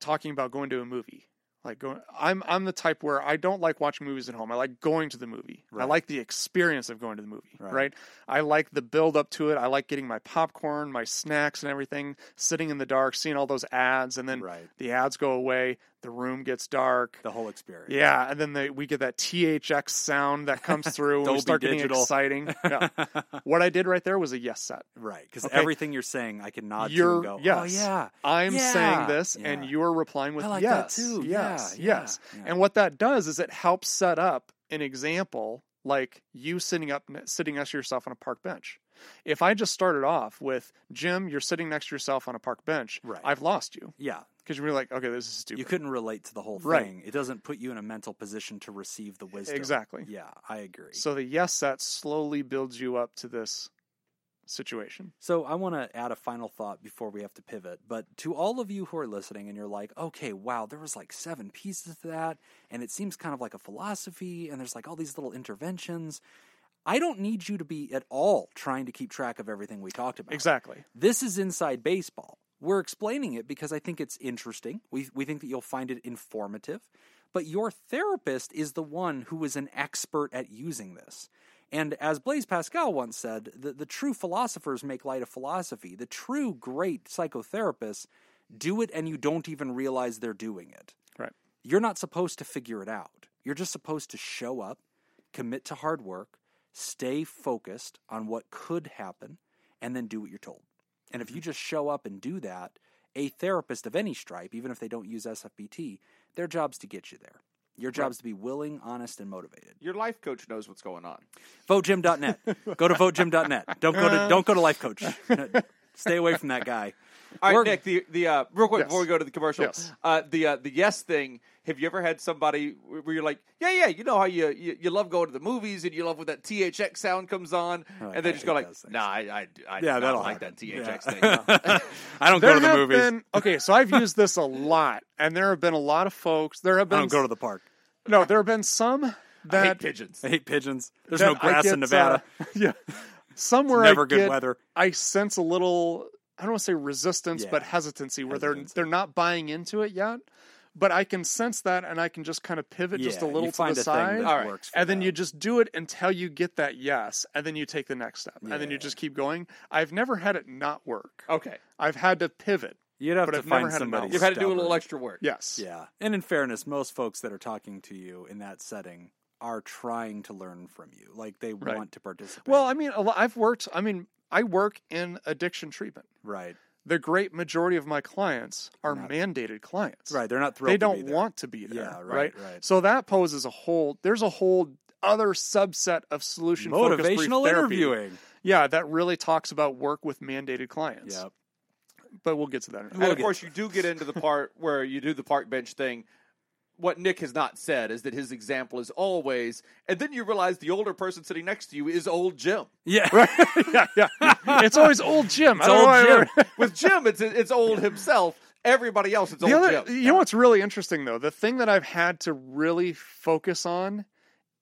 talking about going to a movie. Like going, I'm I'm the type where I don't like watching movies at home. I like going to the movie. I
Right.
like the experience of going to the movie.
Right.
Right. I like the build up to it. I like getting my popcorn, my snacks, and everything. Sitting in the dark, seeing all those ads, and then
Right.
the ads go away. The room gets dark.
The whole experience.
Yeah, and then they, we get that THX sound that comes through and we
Dolby
start getting
Digital.
exciting. Yeah. what I did right there was a yes set.
Right, because
Okay.
everything you're saying, I can nod
You're
to and go,
yes.
oh yeah,
I'm
Yeah.
saying this,
Yeah.
and you're replying with
I like that
yes,
too.
yes,
Yeah, yeah,
yes.
yeah.
And what that does is it helps set up an example like you sitting up, sitting next to yourself on a park bench. If I just started off with Jim, you're sitting next to yourself on a park bench,
Right.
I've lost you
yeah.
because you're like, okay, this is stupid.
You couldn't relate to the whole thing.
Right.
It doesn't put you in a mental position to receive the wisdom.
Exactly.
Yeah, I agree. So,
So the yes set slowly builds you up to this situation.
I want to add a final thought before we have to pivot. But to all of you who are listening and you're like, okay, wow, there was like seven pieces to that, and it seems kind of like a philosophy, and there's like all these little interventions. I don't need you to be at all trying to keep track of everything we talked about.
Exactly.
This is Inside Baseball. We're explaining it because I think it's interesting. We, we think that you'll find it informative. But your therapist is the one who is an expert at using this. And as Blaise Pascal once said, the, the true philosophers make light of philosophy. The true great psychotherapists do it and you don't even realize they're doing it.
Right.
You're not supposed to figure it out. You're just supposed to show up, commit to hard work, stay focused on what could happen, and then do what you're told. And if you
Mm-hmm.
just show up and do that, a therapist of any stripe, even if they don't use SFBT, their job's to get you there. Your job's to be willing, honest, and motivated.
Your life coach knows what's going on.
VoteJim.net. Go to VoteJim.net. Don't go
Uh.
to don't go to Life Coach. No, Stay away from that guy.
All right,
We're-
Nick. The the uh, real quick
Yes.
before we go to the commercial,
Yes.
uh, the uh, the yes thing. Have you ever had somebody where where you're like, yeah, yeah, you know how you you, you love going to the movies and you love when that THX sound comes on,
like,
and they
I
just
hate
go like,
those things.
nah, I I, I
Yeah,
do not
that'll
like
happen.
that THX
Yeah.
thing.
I don't go to the
have
movies.
been- okay, so I've used this a lot, and there have been a lot of folks. There have
I
been
don't go to the park.
no. There have been some
I
that
hate pigeons.
I hate pigeons. There's
that
no grass
I get,
in Nevada.
uh, yeah, somewhere
It's never
I
good
get-
weather.
I sense a little. I don't want to say resistance,
Yeah.
but hesitancy, where
Hesitancy.
they're they're not buying into it yet. But I can sense that, and I can just kind of pivot just a
Yeah, you
little to
find
the
a thing
side,
that
All right.
works for
and then
them.
you just do it until you get that yes, and then you take the next step, and then you just keep going. I've never had it not work.
Oh.
Okay,
I've had to pivot.
You'd have
but
to
I've never
find
had a
somebody.
mouse.
you've had to do a little
stubborn.
extra work.
Yes.
Yeah, and in fairness, most folks that are talking to you in that setting are trying to learn from you. Like they
Right.
want to participate.
Well, I mean, a lo- I've worked. I mean, I work in addiction treatment.
right,
The great majority of my clients are mandated clients.
right. They're not thrilled.
They
to
don't
be there.
want to be there.
Yeah,
right,
right, right.
So that poses a whole. There's a whole other subset of solution
motivational
interviewing.
interviewing.
Yeah, that really talks about work with mandated clients.
Yep.
But we'll get to that. in a
And
minute.
of course, you do get into the part where you do the park bench thing. What Nick has not said is that his example is always, and then you realize the older person sitting next to you is old Jim.
Yeah.
yeah, yeah. It's always old Jim. I don't know
old
why we're-
Jim.
With Jim, it's it's old himself. Everybody else, it's old
the other,
Jim.
you know what's really interesting though the thing that i've had to really focus on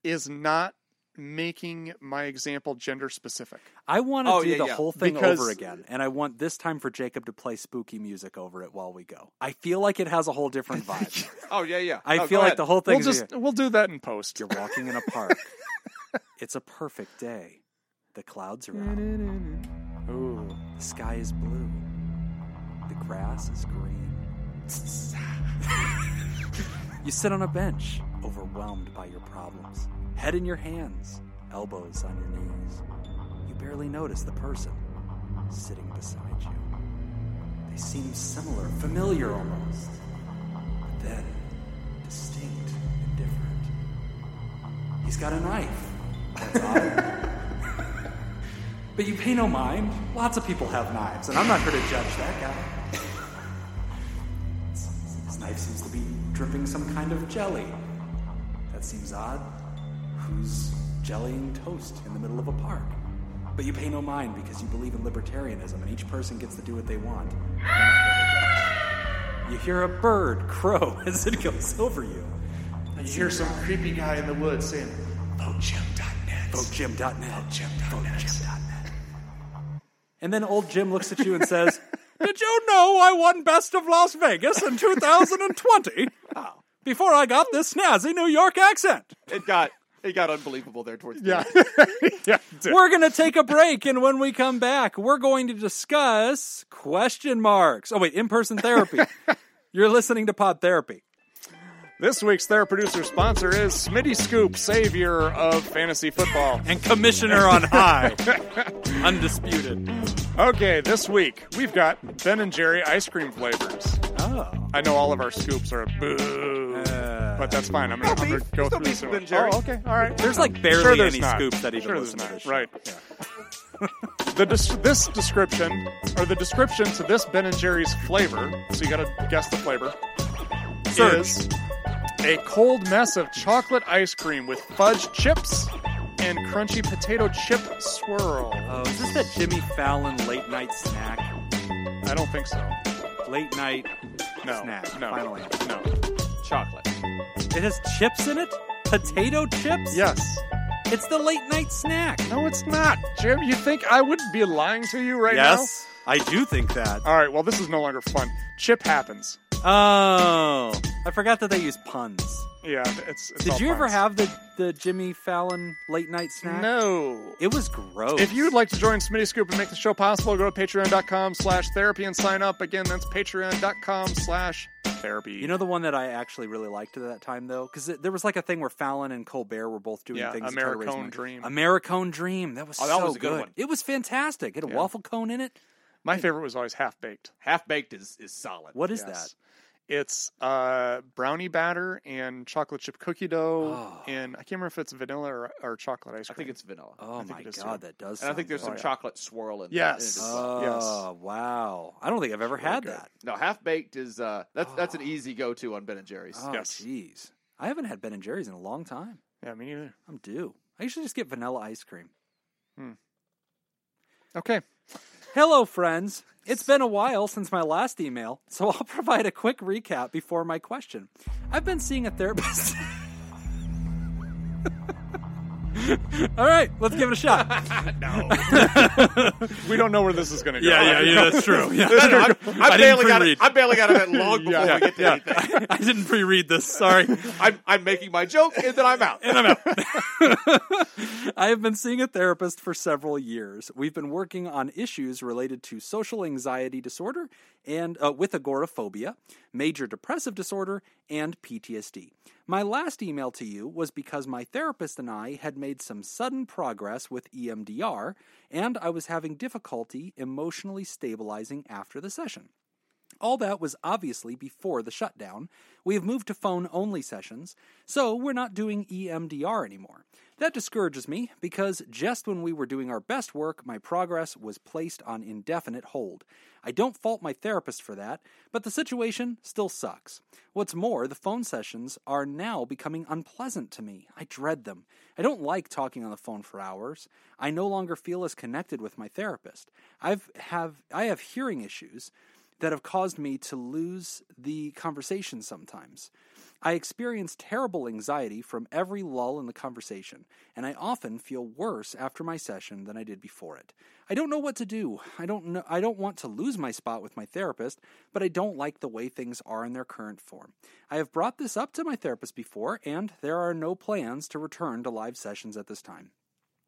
is not making my example gender specific
I want to
Oh,
do
yeah,
the
yeah.
whole thing
Because-
over again, and I want this time for Jacob to play spooky music over it while we go. I feel like it has a whole different vibe.
Oh yeah, yeah.
I
Oh, go
feel like
ahead.
the whole thing
we'll
is
just we'll do that in post
you're walking in a park. it's a perfect day. The clouds are out. Ooh, the sky is blue. The grass is green. you sit on a bench, overwhelmed by your problems. Head in your hands, elbows on your knees. You barely notice the person sitting beside you. They seem similar, familiar almost, but then distinct and different. He's got a knife. That's odd. but you pay no mind. Lots of people have knives, and I'm not here to judge that guy. His knife seems to be dripping some kind of jelly. That seems odd. Who's jellying toast in the middle of a park? But you pay no mind because you believe in libertarianism and each person gets to do what they want. You hear a bird crow as it goes over you.
you hear some creepy guy in the woods saying
VoteJim.net. VoteJim.net. And then old Jim looks at you and says, Did you know I won Best of Las Vegas in 2020? Before I got this snazzy New York accent.
it got it got unbelievable there towards the
yeah
end.
yeah dude.
We're going to take a break, and when we come back, we're going to discuss question marks. Oh, wait, in person therapy. You're listening to Pod Therapy.
This week's Their Producer sponsor is Smitty Scoop, savior of fantasy football.
And commissioner on high. Undisputed.
Okay, this week we've got Ben and Jerry ice cream flavors.
Oh.
I know all of our scoops are boo,
Uh,
but that's fine. I'm gonna, I'm gonna go
There's no
through
beef
this
with
one.
Ben Jerry.
Oh, okay, all right.
There's like barely
Sure there's
any
not.
scoops that even
Sure there's
listen to
not.
this show.
Right. the des- this description or the description to this Ben and Jerry's flavor. So you got to guess the flavor.
Surge.
Is a cold mess of chocolate ice cream with fudge chips and crunchy potato chip swirl.
Oh, is this that Jimmy Fallon late night snack?
I don't think so.
Late night
No.
snack.
No.
Finally.
No.
Chocolate.
It has chips in it? Potato chips?
Yes.
It's the late night snack.
No, it's not, Jim. You think I would be lying to you right now?
yes. I do think that.
All right, well, this is no longer fun. Chip happens.
Oh. I forgot that they use puns.
Yeah, it's. it's all
Did you ever
puns.
have the, the Jimmy Fallon late night snack?
No.
It was gross.
If you'd like to join Smitty Scoop and make the show possible, go to patreon.com slash therapy and sign up. Again, that's patreon.com slash therapy.
You know the one that I actually really liked at that time, though, because there was like a thing where Fallon and Colbert were both doing
Yeah,
things. to try to raise
Americone
money.
Dream.
Americone Dream. That was
Oh, that
so
was a good one.
It was fantastic. It had a waffle cone in it.
my favorite was always half baked.
Half baked is, is solid.
What is
Yes. It's uh, brownie batter and chocolate chip cookie
Oh.
dough, and I can't remember if it's vanilla or, or chocolate ice
I
cream.
think it's vanilla.
that? Oh
think
my
it is,
god,
too.
that does.
and I
sound
think there's
good.
some chocolate swirl in in it
Yes.
as well.
Oh wow! I don't think I've ever had
good.
that.
No, half baked is uh, that's that's an easy go to on Ben and Jerry's.
Oh
Yes.
jeez, I haven't had Ben and Jerry's in a long time.
Yeah, me neither.
I'm due. I usually just get vanilla ice cream.
Okay.
Hello, friends. It's been a while since my last email, so I'll provide a quick recap before my question. I've been seeing a therapist. All right, let's give it a shot.
We don't know where this is going to go.
that's true.
I, know, I'm- I'm
I didn't
bailing out.
pre-read.
Of, I'm bailing out of it long before we get to anything.
I didn't pre-read this. Sorry.
I'm, I'm making my joke and then I'm out.
uh, I have been seeing a therapist for several years. We've been working on issues related to social anxiety disorder and uh, with agoraphobia, major depressive disorder, and PTSD. My last email to you was because my therapist and I had made some sudden progress with E EMDR, and I was having difficulty emotionally stabilizing after the session. All that was obviously before the shutdown. We have moved to phone only sessions, so we're not doing E EMDR anymore. That discourages me because just when we were doing our best work, my progress was placed on indefinite hold. I don't fault my therapist for that, but the situation still sucks. What's more, the phone sessions are now becoming unpleasant to me. I dread them. I don't like talking on the phone for hours. I no longer feel as connected with my therapist. I've have I have hearing issues that have caused me to lose the conversation sometimes. I experience terrible anxiety from every lull in the conversation, and I often feel worse after my session than I did before it. I don't know what to do. I don't know I don't want to lose my spot with my therapist, but I don't like the way things are in their current form. I have brought this up to my therapist before, and there are no plans to return to live sessions at this time.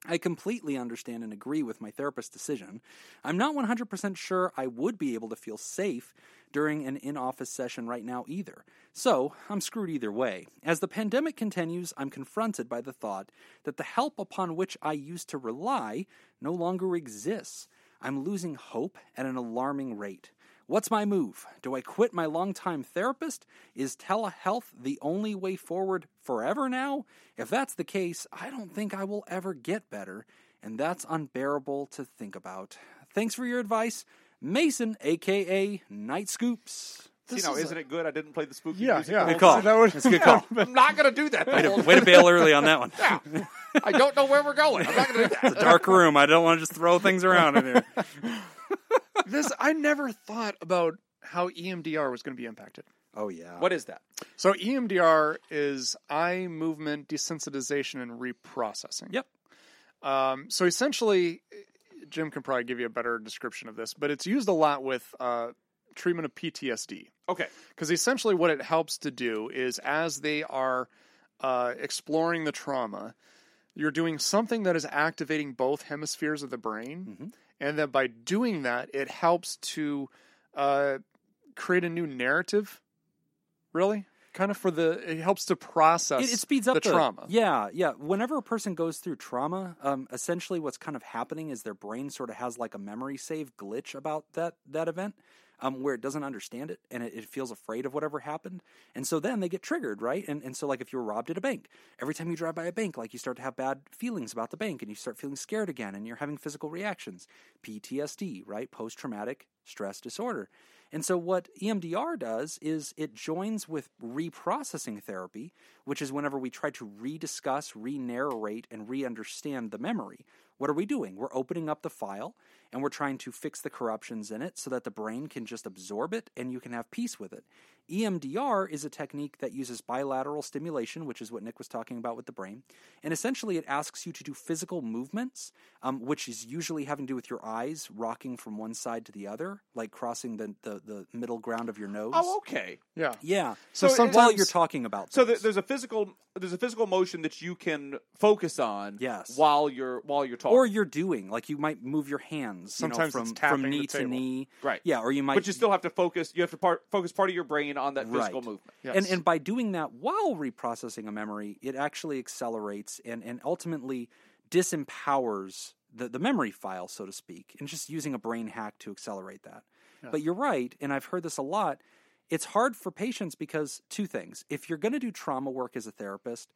I completely understand and agree with my therapist's decision. I'm not 100% sure I would be able to feel safe during an in office session right now either. So, I'm screwed either way. As the pandemic continues, I'm confronted by the thought that the help upon which I used to rely no longer exists. I'm losing hope at an alarming rate. What's my move? Do I quit my longtime therapist? Is telehealth the only way forward forever now? If that's the case, I don't think I will ever get better, and that's unbearable to think about. Thanks for your advice, Mason, aka Night Scoops.
you know, isn't it good? I didn't play the spooky
Yeah,
music.
yeah.
the
Good
call.
whole time?
That would-
That's a good call.
I'm not going to do that. the whole
Way to bail early on that one.
time. I don't know where we're going. I'm not going to do that.
Dark room. I don't want to just throw things around in here.
this I never thought about how E EMDR was going to be impacted.
Oh yeah.
What is that?
So E EMDR is eye movement desensitization and reprocessing.
Yep.
Um, so essentially, Jim can probably give you a better description of this, but it's used a lot with uh, treatment of PTSD.
Okay.
Because essentially, what it helps to do is as they are uh, exploring the trauma, you're doing something that is activating both hemispheres of the brain.
Mm-hmm.
And then by doing that, it helps to uh, create a new narrative, really? kind of for the it helps to process
it, it speeds up
the, trauma.
Yeah, yeah. Whenever a person goes through trauma, um, essentially what's kind of happening is their brain sort of has like a memory save glitch about that that event, um, where it doesn't understand it and it, it feels afraid of whatever happened, and so then they get triggered, right? And and so like if you were robbed at a bank, every time you drive by a bank, like you start to have bad feelings about the bank and you start feeling scared again, and you're having physical reactions, PTSD, right? Post traumatic stress disorder. And so, what E EMDR does is it joins with reprocessing therapy, which is whenever we try to rediscuss, re narrate, and re understand the memory. What are we doing? We're opening up the file and we're trying to fix the corruptions in it so that the brain can just absorb it and you can have peace with it. E EMDR is a technique that uses bilateral stimulation, which is what Nick was talking about with the brain. And essentially, it asks you to do physical movements, um, which is usually having to do with your eyes rocking from one side to the other, like crossing the, the, the middle ground of your nose.
Oh, okay.
Yeah.
Yeah.
So
So,
sometimes-
while you're talking about
So
those.
th- there's a physical there's a physical motion that you can focus on
Yes.
while you're while you're talking.
or you're doing like you might move your hands you know,
Sometimes it's
from,
tapping
from
the
knee to
table.
knee
Right.
yeah or you might
but you still have to focus you have to part, focus part of your brain on that physical movement.
Yes.
And and by doing that while reprocessing a memory, it actually accelerates and and ultimately disempowers the, the memory file, so to speak, and just using a brain hack to accelerate that. But you're right, and I've heard this a lot. It's hard for patients because two things. If you're going to do trauma work as a therapist,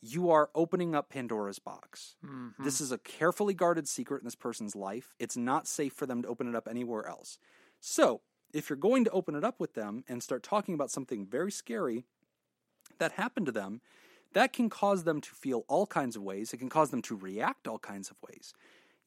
you are opening up Pandora's box. This is a carefully guarded secret in this person's life. It's not safe for them to open it up anywhere else. So, if you're going to open it up with them and start talking about something very scary that happened to them, that can cause them to feel all kinds of ways. It can cause them to react all kinds of ways.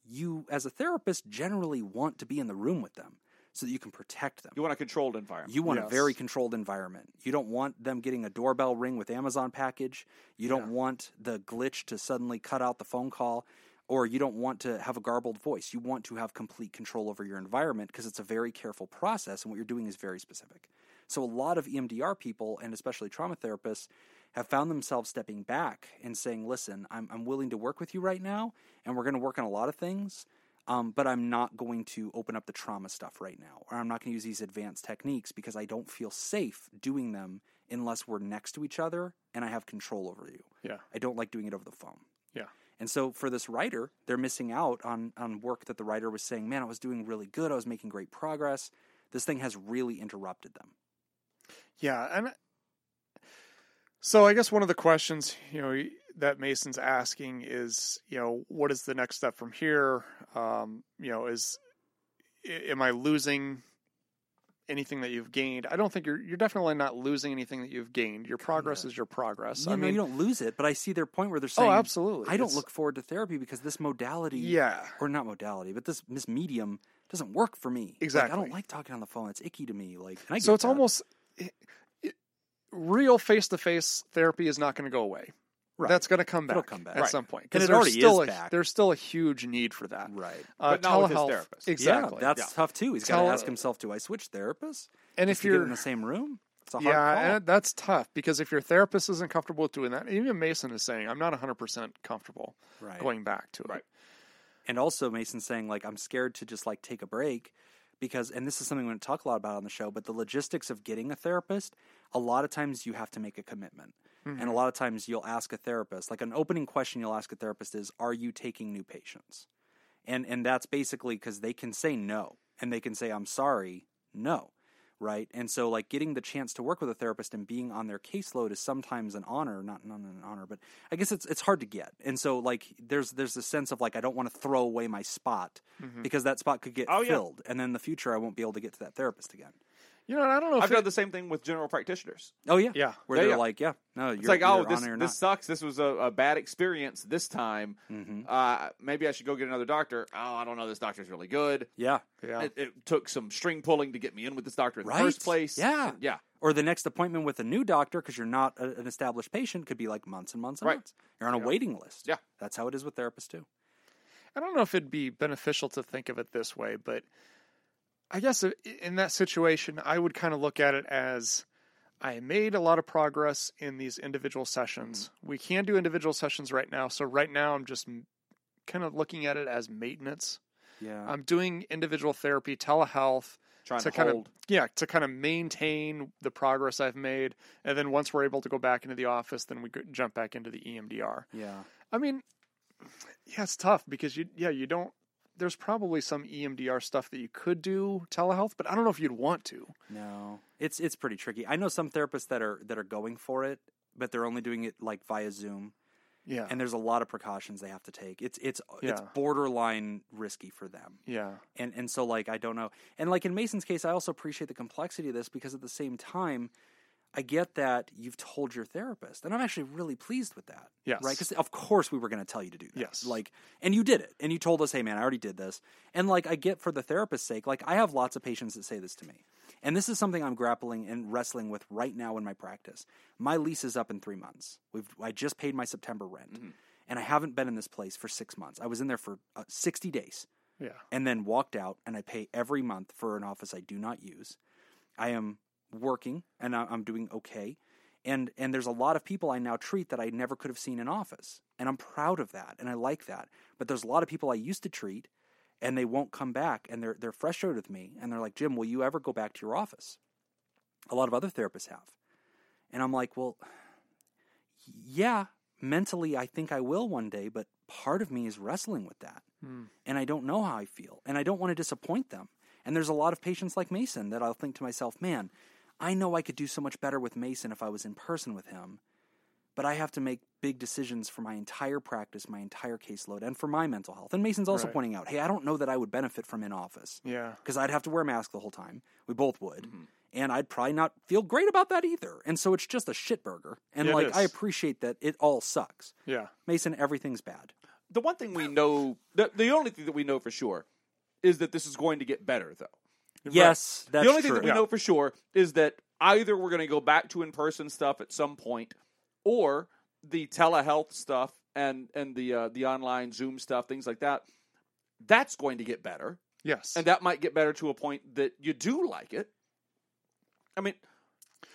You, as a therapist, generally want to be in the room with them so that you can protect them.
You want a controlled environment.
You want
Yes.
a very controlled environment. You don't want them getting a doorbell ring with Amazon package. You don't want the glitch to suddenly cut out the phone call, or you don't want to have a garbled voice. You want to have complete control over your environment because it's a very careful process, and what you're doing is very specific. So, a lot of E EMDR people, and especially trauma therapists, have found themselves stepping back and saying, Listen, I'm, I'm willing to work with you right now, and we're going to work on a lot of things um, but I'm not going to open up the trauma stuff right now, or I'm not going to use these advanced techniques because I don't feel safe doing them unless we're next to each other and I have control over you.
Yeah.
I don't like doing it over the phone.
Yeah.
And so for this writer, they're missing out on on work that the writer was saying, "Man, I was doing really good. I was making great progress. This thing has really interrupted them."
Yeah, and so I guess one of the questions you know that Mason's asking is you know what is the next step from here? Um, you know, is i- am I losing anything that you've gained? I don't think you're you're definitely not losing anything that you've gained. Your progress is your progress.
you
I
know,
mean,
you don't lose it, but I see their point where they're
oh,
saying,
absolutely.
I don't
It's-
look forward to therapy because this modality
Yeah,
or not modality, but this this medium doesn't work for me. Like, I
Exactly.
don't like talking on the phone. It's icky to me. Like, and I
so
get
it's
that.
almost it- it- real face to face therapy is not going to go away.
Right.
That's going to come back.
It'll come back.
at
Right.
some point
And it
there's
already is
still a,
back.
There's still a huge need for that.
right.
Uh,
But not with his
telehealth-
therapist. Yeah,
Exactly.
Yeah, that's tough too. He's got
Tell-
to ask himself, do I switch therapists?
and
Just
if
to get
you're
in the same room, it's a hard
yeah,
call.
and that's tough because if your therapist isn't comfortable with doing that, even Mason is saying, "I'm not 100 percent comfortable
right.
going back to it."
Right.
and also Mason saying like I'm scared to just like take a break because and this is something we're going to talk a lot about on the show but the logistics of getting a therapist a lot of times you have to make a commitment and a lot of times you'll ask a therapist like an opening question you'll ask a therapist is are you taking new patients and and that's basically cuz they can say no and they can say I'm sorry no right and so like getting the chance to work with a therapist and being on their caseload is sometimes an honor not not an honor but i guess it's it's hard to get and so like there's there's a sense of like i don't want to throw away my spot because that spot could get
Mm-hmm. Oh, yeah.
filled and then in the future i won't be able to get to that therapist again
You know, and I don't know if
I've
it-
done the same thing with general practitioners.
oh yeah
Yeah.
where
Yeah,
they're
yeah.
like yeah no you're,
It's like, oh,
you're
this,
on it or
this
not
sucks. This was a, a bad experience this time.
Mhm.
Uh, maybe I should go get another doctor. Oh, I don't know. This doctor's really good.
yeah
yeah.
It, it took some string pulling to get me in with this doctor in
Right?
the first place.
Yeah.
yeah.
or the next appointment with a new doctor because you're not a, an established patient could be like months and months and
Right.
months you're on a waiting list
Yeah.
that's how it is with therapists too
I don't know if it'd be beneficial to think of it this way, but I guess i- in that situation, I would kind of look at it as I made a lot of progress in these individual sessions.
Mm-hmm.
We can do individual sessions right now. So, right now, I'm just kind of looking at it as maintenance.
yeah
I'm doing individual therapy, telehealth,
Uh-huh. Trying
to,
to
kind
hold.
of yeah to kind of maintain the progress I've made, and then once we're able to go back into the office, then we go- jump back into the E EMDR.
Yeah.
I mean, yeah, it's tough because you yeah you don't. There's probably some E EMDR stuff that you could do telehealth, but I don't know if you'd want to.
No, it's it's pretty tricky. I know some therapists that are that are going for it, but they're only doing it like via Zoom,
Yeah,
and there's a lot of precautions they have to take. It's it's it's
Yeah.
borderline risky for them.
yeah,
And and so like I don't know. And like in Mason's case, I also appreciate the complexity of this because at the same time, I get that you've told your therapist, and I'm actually really pleased with that.
Yes.
Right? Because of course we were going to tell you to do that.
Yes.
Like, and you did it, and you told us, "Hey, man, I already did this." And like, I get for the therapist's sake, like I have lots of patients that say this to me, and this is something I'm grappling and wrestling with right now in my practice. My lease is up in three months. We've I just paid my September rent,
Mm-hmm.
and I haven't been in this place for six months. I was in there for uh, sixty days
yeah,
and then walked out and I pay every month for an office I do not use. I am working and I- I'm doing okay. And and there's a lot of people I now treat that I never could have seen in office. And I'm proud of that and I like that. But there's a lot of people I used to treat and they won't come back and they're they're frustrated with me and they're like, "Jim, will you ever go back to your office?" A lot of other therapists have. And I'm like, "Well, yeah, mentally I think I will one day, but part of me is wrestling with that
Hmm.
and I don't know how I feel, and I don't want to disappoint them. And there's a lot of patients like Mason that I'll think to myself, man, I know I could do so much better with Mason if I was in person with him, but I have to make big decisions for my entire practice, my entire caseload, and for my mental health. And Mason's also
Right.
pointing out, hey, I don't know that I would benefit from in office
yeah, Mm-hmm.
because I'd have to wear a mask the whole time. We both would. And I'd probably not feel great about that either. And so it's just a shit burger. And
Yeah, it
like, I
is.
appreciate that it all sucks.
yeah.
Mason, everything's bad.
the one thing we know, the, the only thing that we know for sure is that this is going to get better, though.
Yes, that's
the only
true.
thing that we know for sure is that either we're going to go back to in person stuff at some point, or the telehealth stuff and and the uh, the online Zoom stuff, things like that. That's going to get better,
Yes.
and that might get better to a point that you do like it. I mean,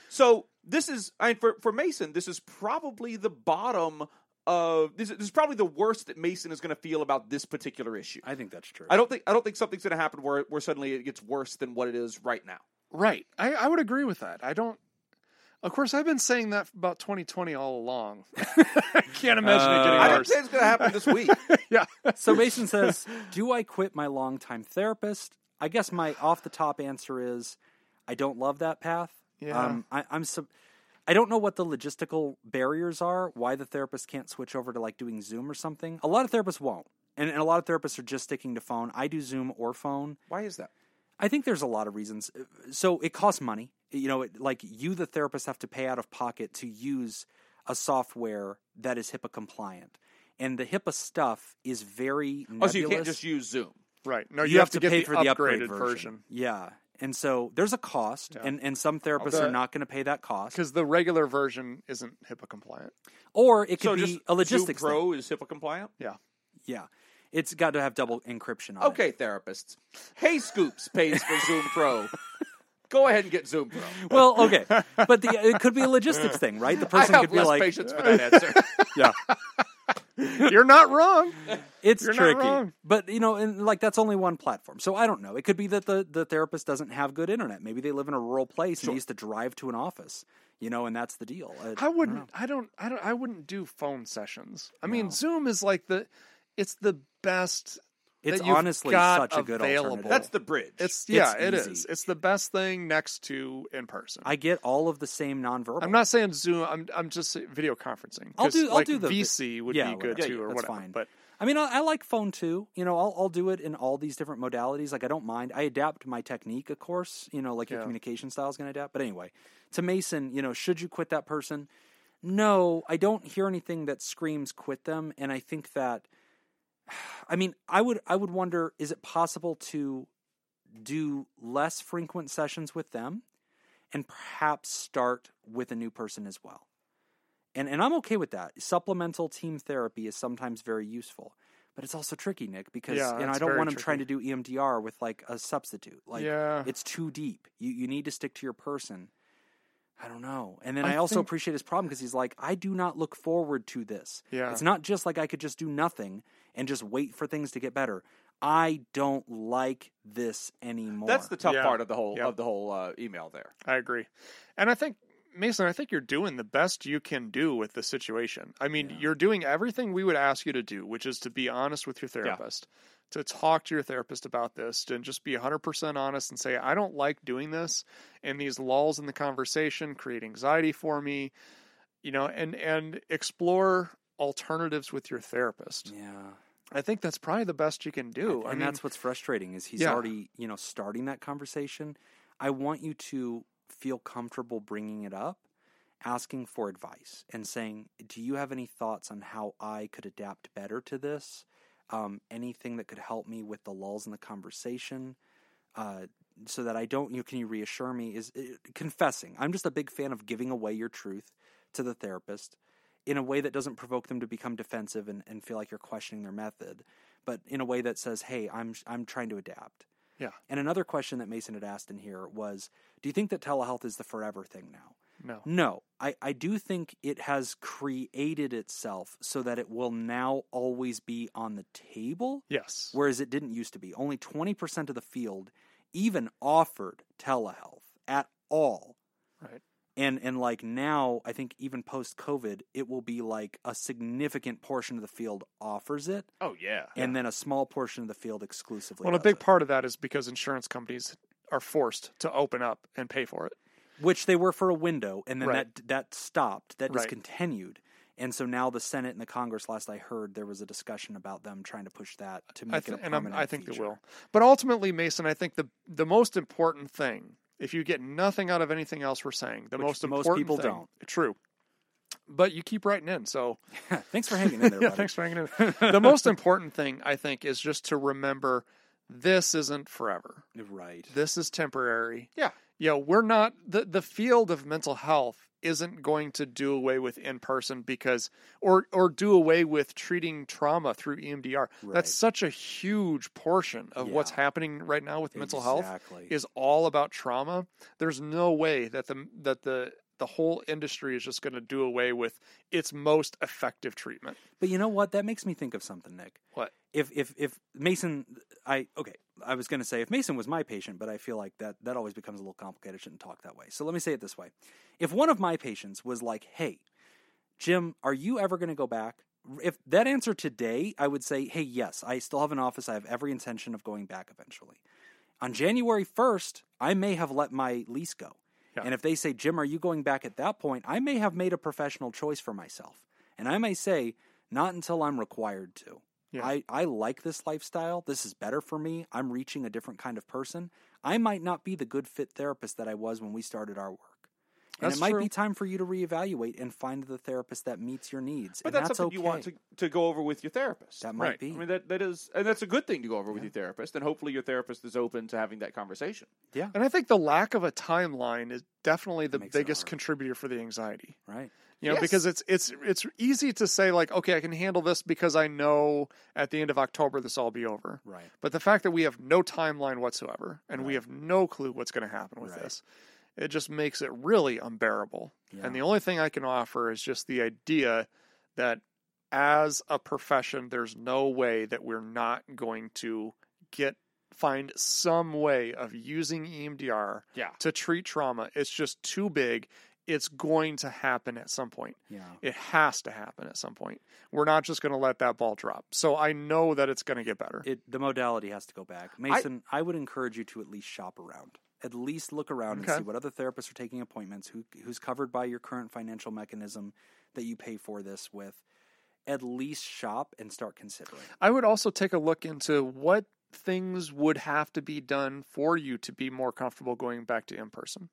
so this is I mean, for for Mason, this is probably the bottom of this. is- This is probably the worst that Mason is going to feel about this particular issue.
I think that's true.
I don't think I don't think something's going to happen where where suddenly it gets worse than what it is right now.
Right. I, I would agree with that. I don't. Of course, I've been saying that about 2020 all along. I can't imagine it
I
getting
didn't
worse.
say it's going to happen this week.
yeah.
So Mason says, "Do I quit my longtime therapist?" I guess my off the top answer is, I don't love that path. Um,
Yeah.
I, I'm sub- I don't know what the logistical barriers are. Why the therapist can't switch over to like doing Zoom or something. A lot of therapists won't, and, and a lot of therapists are just sticking to phone. I do Zoom or phone.
Why is that?
I think there's a lot of reasons. Uh, So it costs money. You know, it, like you, the therapist, have to pay out of pocket to use a software that is HIPAA compliant, and the HIPAA stuff is very.
Oh, so you can't
nebulous.
just use Zoom.
Right. No, you, have, to, get
pay
the
for
upgraded
the upgrade
version.
Yeah, and so there's a cost, and and some therapists
Okay.
are not going to pay that cost,
because the regular version isn't HIPAA compliant.
or it could
So
be
just
a logistics
Zoom
thing.
Pro is HIPAA compliant.
Yeah.
Yeah, it's got to have double encryption on it.
Okay, therapists. Hey, Scoops pays for Zoom Pro. Go ahead and get Zoom Pro.
Well, okay, but the, it could be a logistics thing, right? The person
I have
could be
less
like,
patience for that answer.
yeah.
You're not wrong.
It's
You're not
tricky,
wrong.
but you know, and like that's only one platform. So I don't know. It could be that the the therapist doesn't have good internet. Maybe they live in a rural place and they used to drive to an office, you know, and that's the deal. Uh, I-
I wouldn't. I don't. I don't. I wouldn't do phone sessions. I mean, Zoom is like the. It's the best.
It's
that you've
honestly
got
such a good
available.
alternative.
That's the bridge.
It's yeah. It
easy.
is. It's the best thing next to in person.
I get all of the same nonverbal.
I'm not saying Zoom. I'm I'm just saying video conferencing.
I'll
'cause,
do. I'll
like,
do the
VC would
yeah,
be good
whatever.
too, or
That's
whatever.
fine.
But
I mean, I, I like phone too. You know, I'll I'll do it in all these different modalities. Like I don't mind. I adapt my technique, of course. You know, like your communication style is going to adapt. But anyway, to Mason, you know, should you quit that person? No, I don't hear anything that screams quit them, and I think that. I mean, I would I would wonder: is it possible to do less frequent sessions with them, and perhaps start with a new person as well? and and I'm okay with that. Supplemental team therapy is sometimes very useful, but it's also tricky, Nick, because
Yeah,
you know, I
it's
don't
very
want him trying to do E EMDR with like a substitute. Like
Yeah.
it's too deep. You you need to stick to your person. I don't know. And then I,
I
also
think-
appreciate his problem because he's like, I do not look forward to this.
Yeah.
It's not just like I could just do nothing and just wait for things to get better. I don't like this anymore.
That's the tough
Yeah.
part of the whole
Yep.
of the whole uh, email there.
I agree. And I think Mason, I think you're doing the best you can do with the situation. I mean, you're doing everything we would ask you to do, which is to be honest with your therapist, to talk to your therapist about this, and just be 100% honest and say, I don't like doing this. And these lulls in the conversation create anxiety for me, you know, and, and explore alternatives with your therapist.
yeah.
I think that's probably the best you can do.
And,
I
and
mean,
that's what's frustrating is he's
Yeah.
already, you know, starting that conversation. I want you to feel comfortable bringing it up, asking for advice and saying, "Do you have any thoughts on how I could adapt better to this? Um, anything that could help me with the lulls in the conversation?" Uh, so that I don't, you know, can you reassure me? Is uh, confessing. I'm just a big fan of giving away your truth to the therapist in a way that doesn't provoke them to become defensive and, and feel like you're questioning their method, but in a way that says, "Hey, I'm I'm trying to adapt."
Yeah.
And another question that Mason had asked in here was, "Do you think that telehealth is the forever thing now?"
no.
No, I, I do think it has created itself so that it will now always be on the table
Yes.
whereas it didn't used to be. Only 20% of the field even offered telehealth at all.
Right.
And and like now, I think even post COVID, it will be like a significant portion of the field offers it,
Oh yeah.
and then a small portion of the field exclusively.
Well, and a
does
big
it.
part of that is because insurance companies are forced to open up and pay for it.
which they were for a window, and then
Right.
that that stopped, that
Right.
discontinued. And so now the Senate and the Congress, last I heard, there was a discussion about them trying to push that to make
I thi-
it a
and I'm-
permanent
I think
feature.
they will. But ultimately, Mason, I think the the most important thing, if you get nothing out of anything else we're saying, the
Which
most
most
important
people
thing-
don't.
True. But you keep writing in, so
Thanks for hanging in there,
yeah,
buddy.
thanks for hanging in. the most important thing I think is just to remember this isn't forever.
Right.
This is temporary.
Yeah.
Yeah, we're not the the field of mental health isn't going to do away with in person because or or do away with treating trauma through E EMDR.
Right.
That's such a huge portion of what's
Yeah.
happening right now with mental health
Exactly.
is all about trauma. There's no way that the that the the whole industry is just going to do away with its most effective treatment.
But you know what? That makes me think of something, Nick.
What?
If if if Mason, I okay, I was going to say if Mason was my patient, but I feel like that that always becomes a little complicated. I shouldn't talk that way. So let me say it this way: If one of my patients was like, "Hey, Jim, are you ever going to go back?" If that answer today, I would say, "Hey, yes, I still have an office. I have every intention of going back eventually." On January first, I may have let my lease go. And if they say, Jim, are you going back at that point? I may have made a professional choice for myself. And I may say, not until I'm required to.
Yeah.
I, I like this lifestyle. This is better for me. I'm reaching a different kind of person. I might not be the good fit therapist that I was when we started our work. And
That's
it might
true.
be time for you to reevaluate and find the therapist that meets your needs.
But
and
that's, something you want
okay.
to, to go over with your therapist.
That might
Right.
be.
I mean that that is and that's a good thing to go over with your therapist, and hopefully your therapist is open to having that conversation.
And I think the lack of a timeline is definitely the
Makes it
biggest
hard.
contributor for the anxiety.
right.
You know,
Yes.
because it's it's it's easy to say like, okay, I can handle this because I know at the end of October this all be over.
Right.
But the fact that we have no timeline whatsoever and we have no clue what's going to happen with
Right.
this, it just makes it really unbearable.
Yeah.
And the only thing I can offer is just the idea that as a profession, there's no way that we're not going to get find some way of using E EMDR
Yeah.
to treat trauma. It's just too big. It's going to happen at some point.
Yeah.
It has to happen at some point. We're not just going to let that ball drop. So I know that it's going to get better.
It, the modality has to go back. Mason, I, would encourage you to at least shop around. At least look around
Okay.
and see what other therapists are taking appointments, who who's covered by your current financial mechanism that you pay for this with. At least shop and start considering.
I would also take a look into what things would have to be done for you to be more comfortable going back to in person.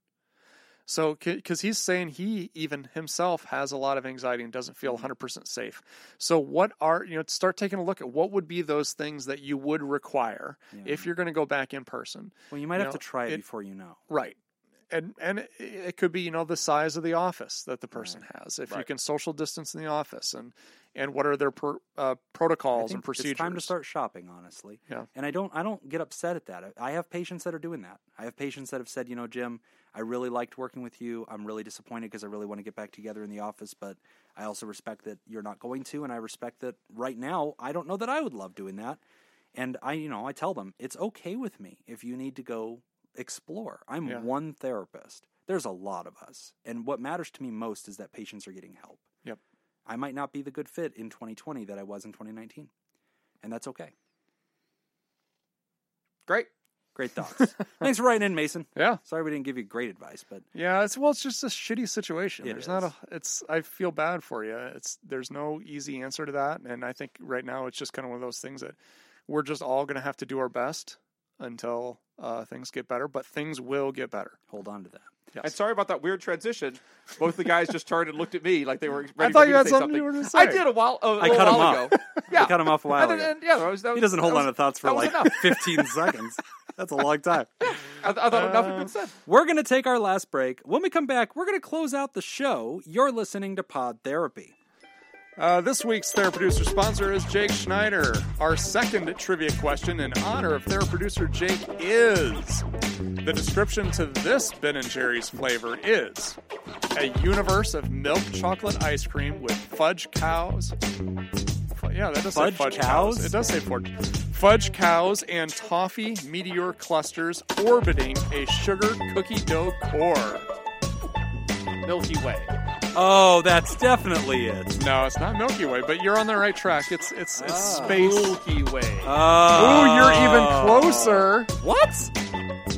So, because he's saying he even himself has a lot of anxiety and doesn't feel
Mm-hmm.
100% safe. So, what are, you know, start taking a look at what would be those things that you would require if you're going to go back in person.
Well, you might
You
have
know,
to try it,
it-
before you know.
Right. And and it- it could be you know the size of the office that the person has. If you
Right.
can social distance in the office, and and what are their pro, uh, protocols
I
and
think
procedures?
It's time to start shopping, honestly.
Yeah.
And I don't I don't get upset at that. I have patients that are doing that. I have patients that have said, you know, Jim, I really liked working with you. I'm really disappointed because I really want to get back together in the office, but I also respect that you're not going to, and I respect that right now I don't know that I would love doing that. And I, you know, I tell them it's okay with me if you need to go explore. I'm
Yeah.
one therapist. There's a lot of us. And what matters to me most is that patients are getting help.
Yep.
I might not be the good fit in 2020 that I was in 2019. And that's okay.
Great.
Great thoughts. Thanks for writing in, Mason.
Yeah.
Sorry we didn't give you great advice, but
Yeah, it's well, it's just a shitty situation.
It
there's not
is.
a. It's. I feel bad for you. It's. There's no easy answer to that, and I think right now it's just kind of one of those things that we're just all going to have to do our best until uh, things get better. But things will get better.
hold on to that.
And sorry about that weird transition. Both the guys just turned and looked at me like they were ready for
thought
me
you
to
had
say
something you were gonna
I
say.
did a while. A,
I cut him
while
off.
ago. Yeah,
I cut him off a while
And then-
ago.
and yeah, that was, that was,
He doesn't hold
that
on to
was-
thoughts for
that was
like
enough.
15 seconds. That's a long time.
I, I thought enough had been said.
We're going to take our last break. When we come back, we're going to close out the show. You're listening to Pod Therapy.
Uh, this week's Their Producer sponsor is Jake Schneider. Our second trivia question in honor of Their Producer Jake is The description to this Ben and Jerry's flavor is a universe of milk chocolate ice cream with fudge cows. Fu- Yeah, that does
Fudge
say fudge
cows?
cows. It does say fudge. Fudge cows and toffee meteor clusters orbiting a sugar cookie dough core.
Milky Way.
Oh, that's definitely it.
No, it's not Milky Way, but you're on the right track. It's it's it's space.
Milky Way.
Oh,
Oh,
you're even closer.
What?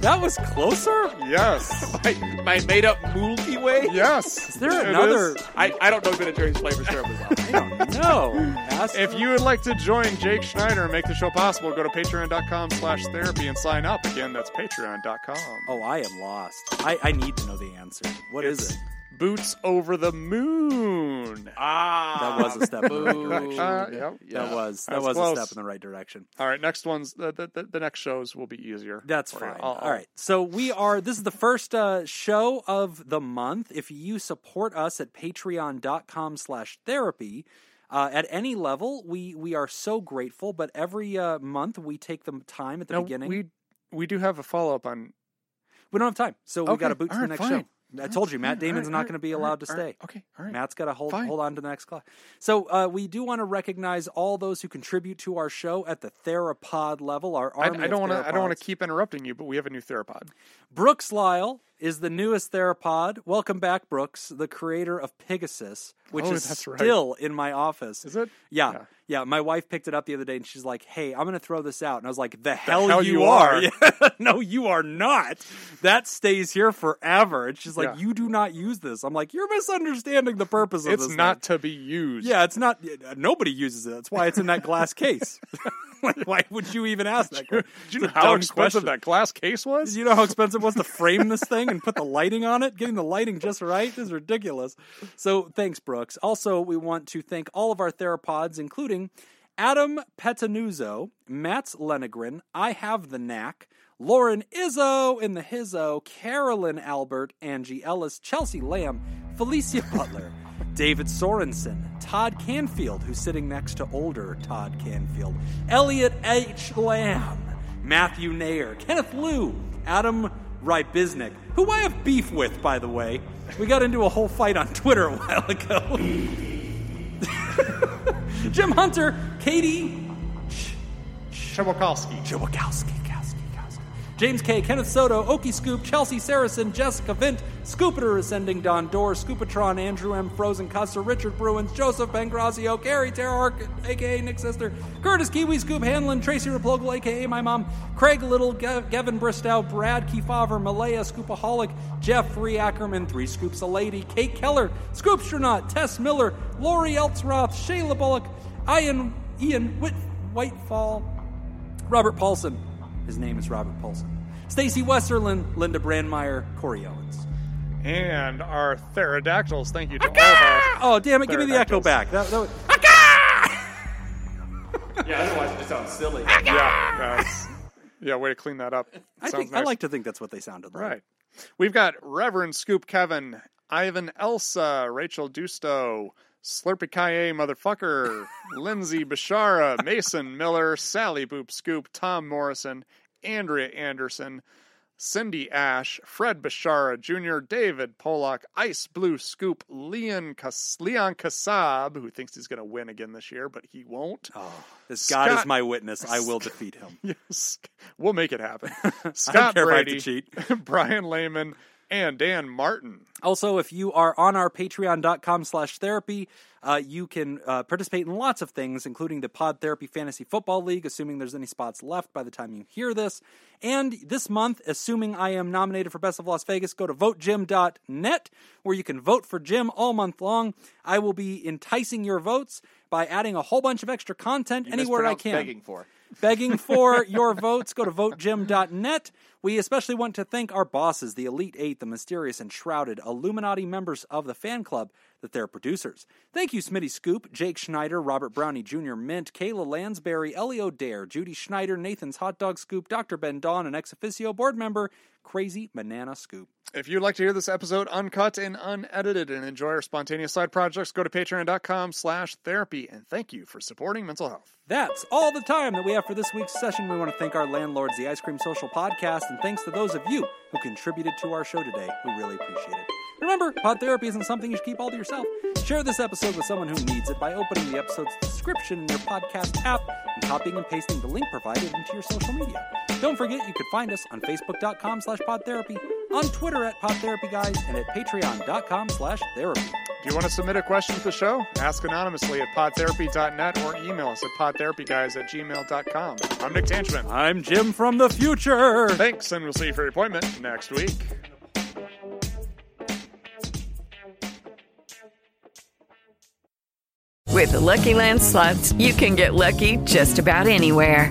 That was closer?
Yes.
my, my made up Milky Way.
Yes.
Is there
It
another?
is.
I, I don't know Ben and Jerry's flavors terribly well.
I don't know. Ask
If you would like to join Jake Schneider and make the show possible, go to patreon.com slash therapy and sign up. Again, that's patreon.com.
Oh, I am lost. I, I need to know the answer. What is
It's
it?
Boots over the moon.
Ah,
That was a step in the right
boo.
direction.
Uh, yep.
That was that
That's
was
close.
a step in the right direction.
All right, next one's the, the, the, the next shows will be easier.
That's
for you.
fine.
I'll-
All right. So we are. This is the first uh, show of the month. If you support us at Patreon.com/therapy. Uh, at any level, we we are so grateful. But every uh, month, we take the time at the
Now,
beginning.
we we do have a follow up on.
We don't have time, so we
Okay,
got to boot to
all
the
right,
next
fine.
show. I told you, Matt Damon's not going to be allowed to
all right,
stay.
okay, all right.
Matt's got to hold
Fine.
hold on to the next class. So uh, we do want to recognize all those who contribute to our show at the Therapod level. Our
I,
army
I don't
want to.
I don't want to keep interrupting you, but we have a new theropod.
Brooks Lyle is the newest Therapod. Welcome back, Brooks, the creator of Pegasus, which
Oh,
is
that's right.
still in my office.
Is it?
Yeah, yeah.
Yeah.
My wife picked it up the other day and she's like, hey, I'm going to throw this out. And I was like, the, hell,
hell
you,
you
are.
are.
Yeah. no, you are not. That stays here forever. And she's like,
Yeah.
you do not use this. I'm like, you're misunderstanding the purpose of
It's
this.
not
thing."
to be used.
Yeah, it's not. uh, Nobody uses it. That's why it's in that glass case. like, why would you even ask that?
Do you know how expensive that glass case was?
You know how expensive it was to frame this thing and put the lighting on it? Getting the lighting just right is ridiculous. So thanks, Brooks. Also, we want to thank all of our theropods, including Adam Petanuzzo, Matt Lenegren, I Have the Knack, Lauren Izzo in the Hizzo, Carolyn Albert, Angie Ellis, Chelsea Lamb, Felicia Butler. David Sorensen, Todd Canfield, who's sitting next to older Todd Canfield, Elliot H. Lamb, Matthew Nayer, Kenneth Liu, Adam Rybiznik, who I have beef with, by the way. We got into a whole fight on Twitter a while ago. Jim Hunter, Katie
Chewbacca.
Jawakowski, Kowski, Kowski. James K. Kenneth Soto, Oki Scoop, Chelsea Saracen, Jessica Vint, Scoopiter Ascending, Don Dorr, Scoopatron, Andrew M. Frozen, Custer, Richard Bruins, Joseph Bengrazio, Gary Terrark, aka Nick Sister, Curtis Kiwi, Scoop Hanlon, Tracy Replogle, aka My Mom, Craig Little, Ge- Gavin Bristow, Brad Kefauver, Malaya Scoopaholic, Jeffrey Ackerman, Three Scoops a Lady, Kate Keller, Scoopstronaut, Tess Miller, Lori Eltzroth, Shayla Bullock, Ian, Ian Whit, Whitefall, Robert Paulson. His name is Robert Paulson. Stacy Westerlin, Linda Brandmeier, Corey Owens.
And our pterodactyls. Thank you to all of our.
Oh, damn it. Give me the echo
Pterodactyls.
back. That, that was,
yeah, otherwise it just sounds silly.
Yeah, yeah, it's- yeah, way to clean that up.
I,
Sounds
think, I
nice.
like to think that's what they sounded like.
Right. We've got Reverend Scoop Kevin, Ivan Elsa, Rachel Dusto, Slurpy Kaye Motherfucker, Lindsay Bashara, Mason Miller, Sally Boop Scoop, Tom Morrison, Andrea Anderson, Cindy Ash, Fred Bashara Jr., David Pollock, Ice Blue Scoop, Leon, Kas- Leon Kassab, who thinks he's going to win again this year, but he won't.
As God
Scott-
is my witness, I will defeat him.
Yes, we'll make it happen. Scott
I don't care
Brady,
if I have to cheat.
Brian Lehman, and Dan Martin.
Also, if you are on our patreon.com slash therapy, uh, you can uh, participate in lots of things, including the Pod Therapy Fantasy Football League, assuming there's any spots left by the time you hear this. And this month, assuming I am nominated for Best of Las Vegas, go to votejim.net where you can vote for Jim all month long. I will be enticing your votes by adding a whole bunch of extra content anywhere I
mispronounced
can
Begging for.
begging for your votes. Go to votejim.net. We especially want to thank our bosses, the Elite Eight, the Mysterious and Shrouded, Illuminati members of the fan club, that they're producers. Thank you, Smitty Scoop, Jake Schneider, Robert Brownie Jr., Mint, Kayla Lansbury, Ellie O'Dare, Judy Schneider, Nathan's Hot Dog Scoop, Dr. Ben Don, and ex officio board member, Crazy Banana Scoop.
If you'd like to hear this episode uncut and unedited and enjoy our spontaneous side projects, go to patreon.com slash therapy. And thank you for supporting mental health.
That's all the time that we have for this week's session. We want to thank our landlords, the Ice Cream Social Podcast, and thanks to those of you who contributed to our show today. We really appreciate it. Remember, pod therapy isn't something you should keep all to yourself. Share this episode with someone who needs it by opening the episode's description in your podcast app and copying and pasting the link provided into your social media. Don't forget you can find us on Facebook.com slash podtherapy, on Twitter at podtherapyguys, and at patreon.com slash therapy.
Do you want to submit a question to the show? Ask anonymously at podtherapy.net or email us at podtherapyguys at gmail.com. I'm Nick Tanchman.
I'm Jim from the future.
Thanks, and we'll see you for your appointment next week.
With the Lucky Land slots, you can get lucky just about anywhere.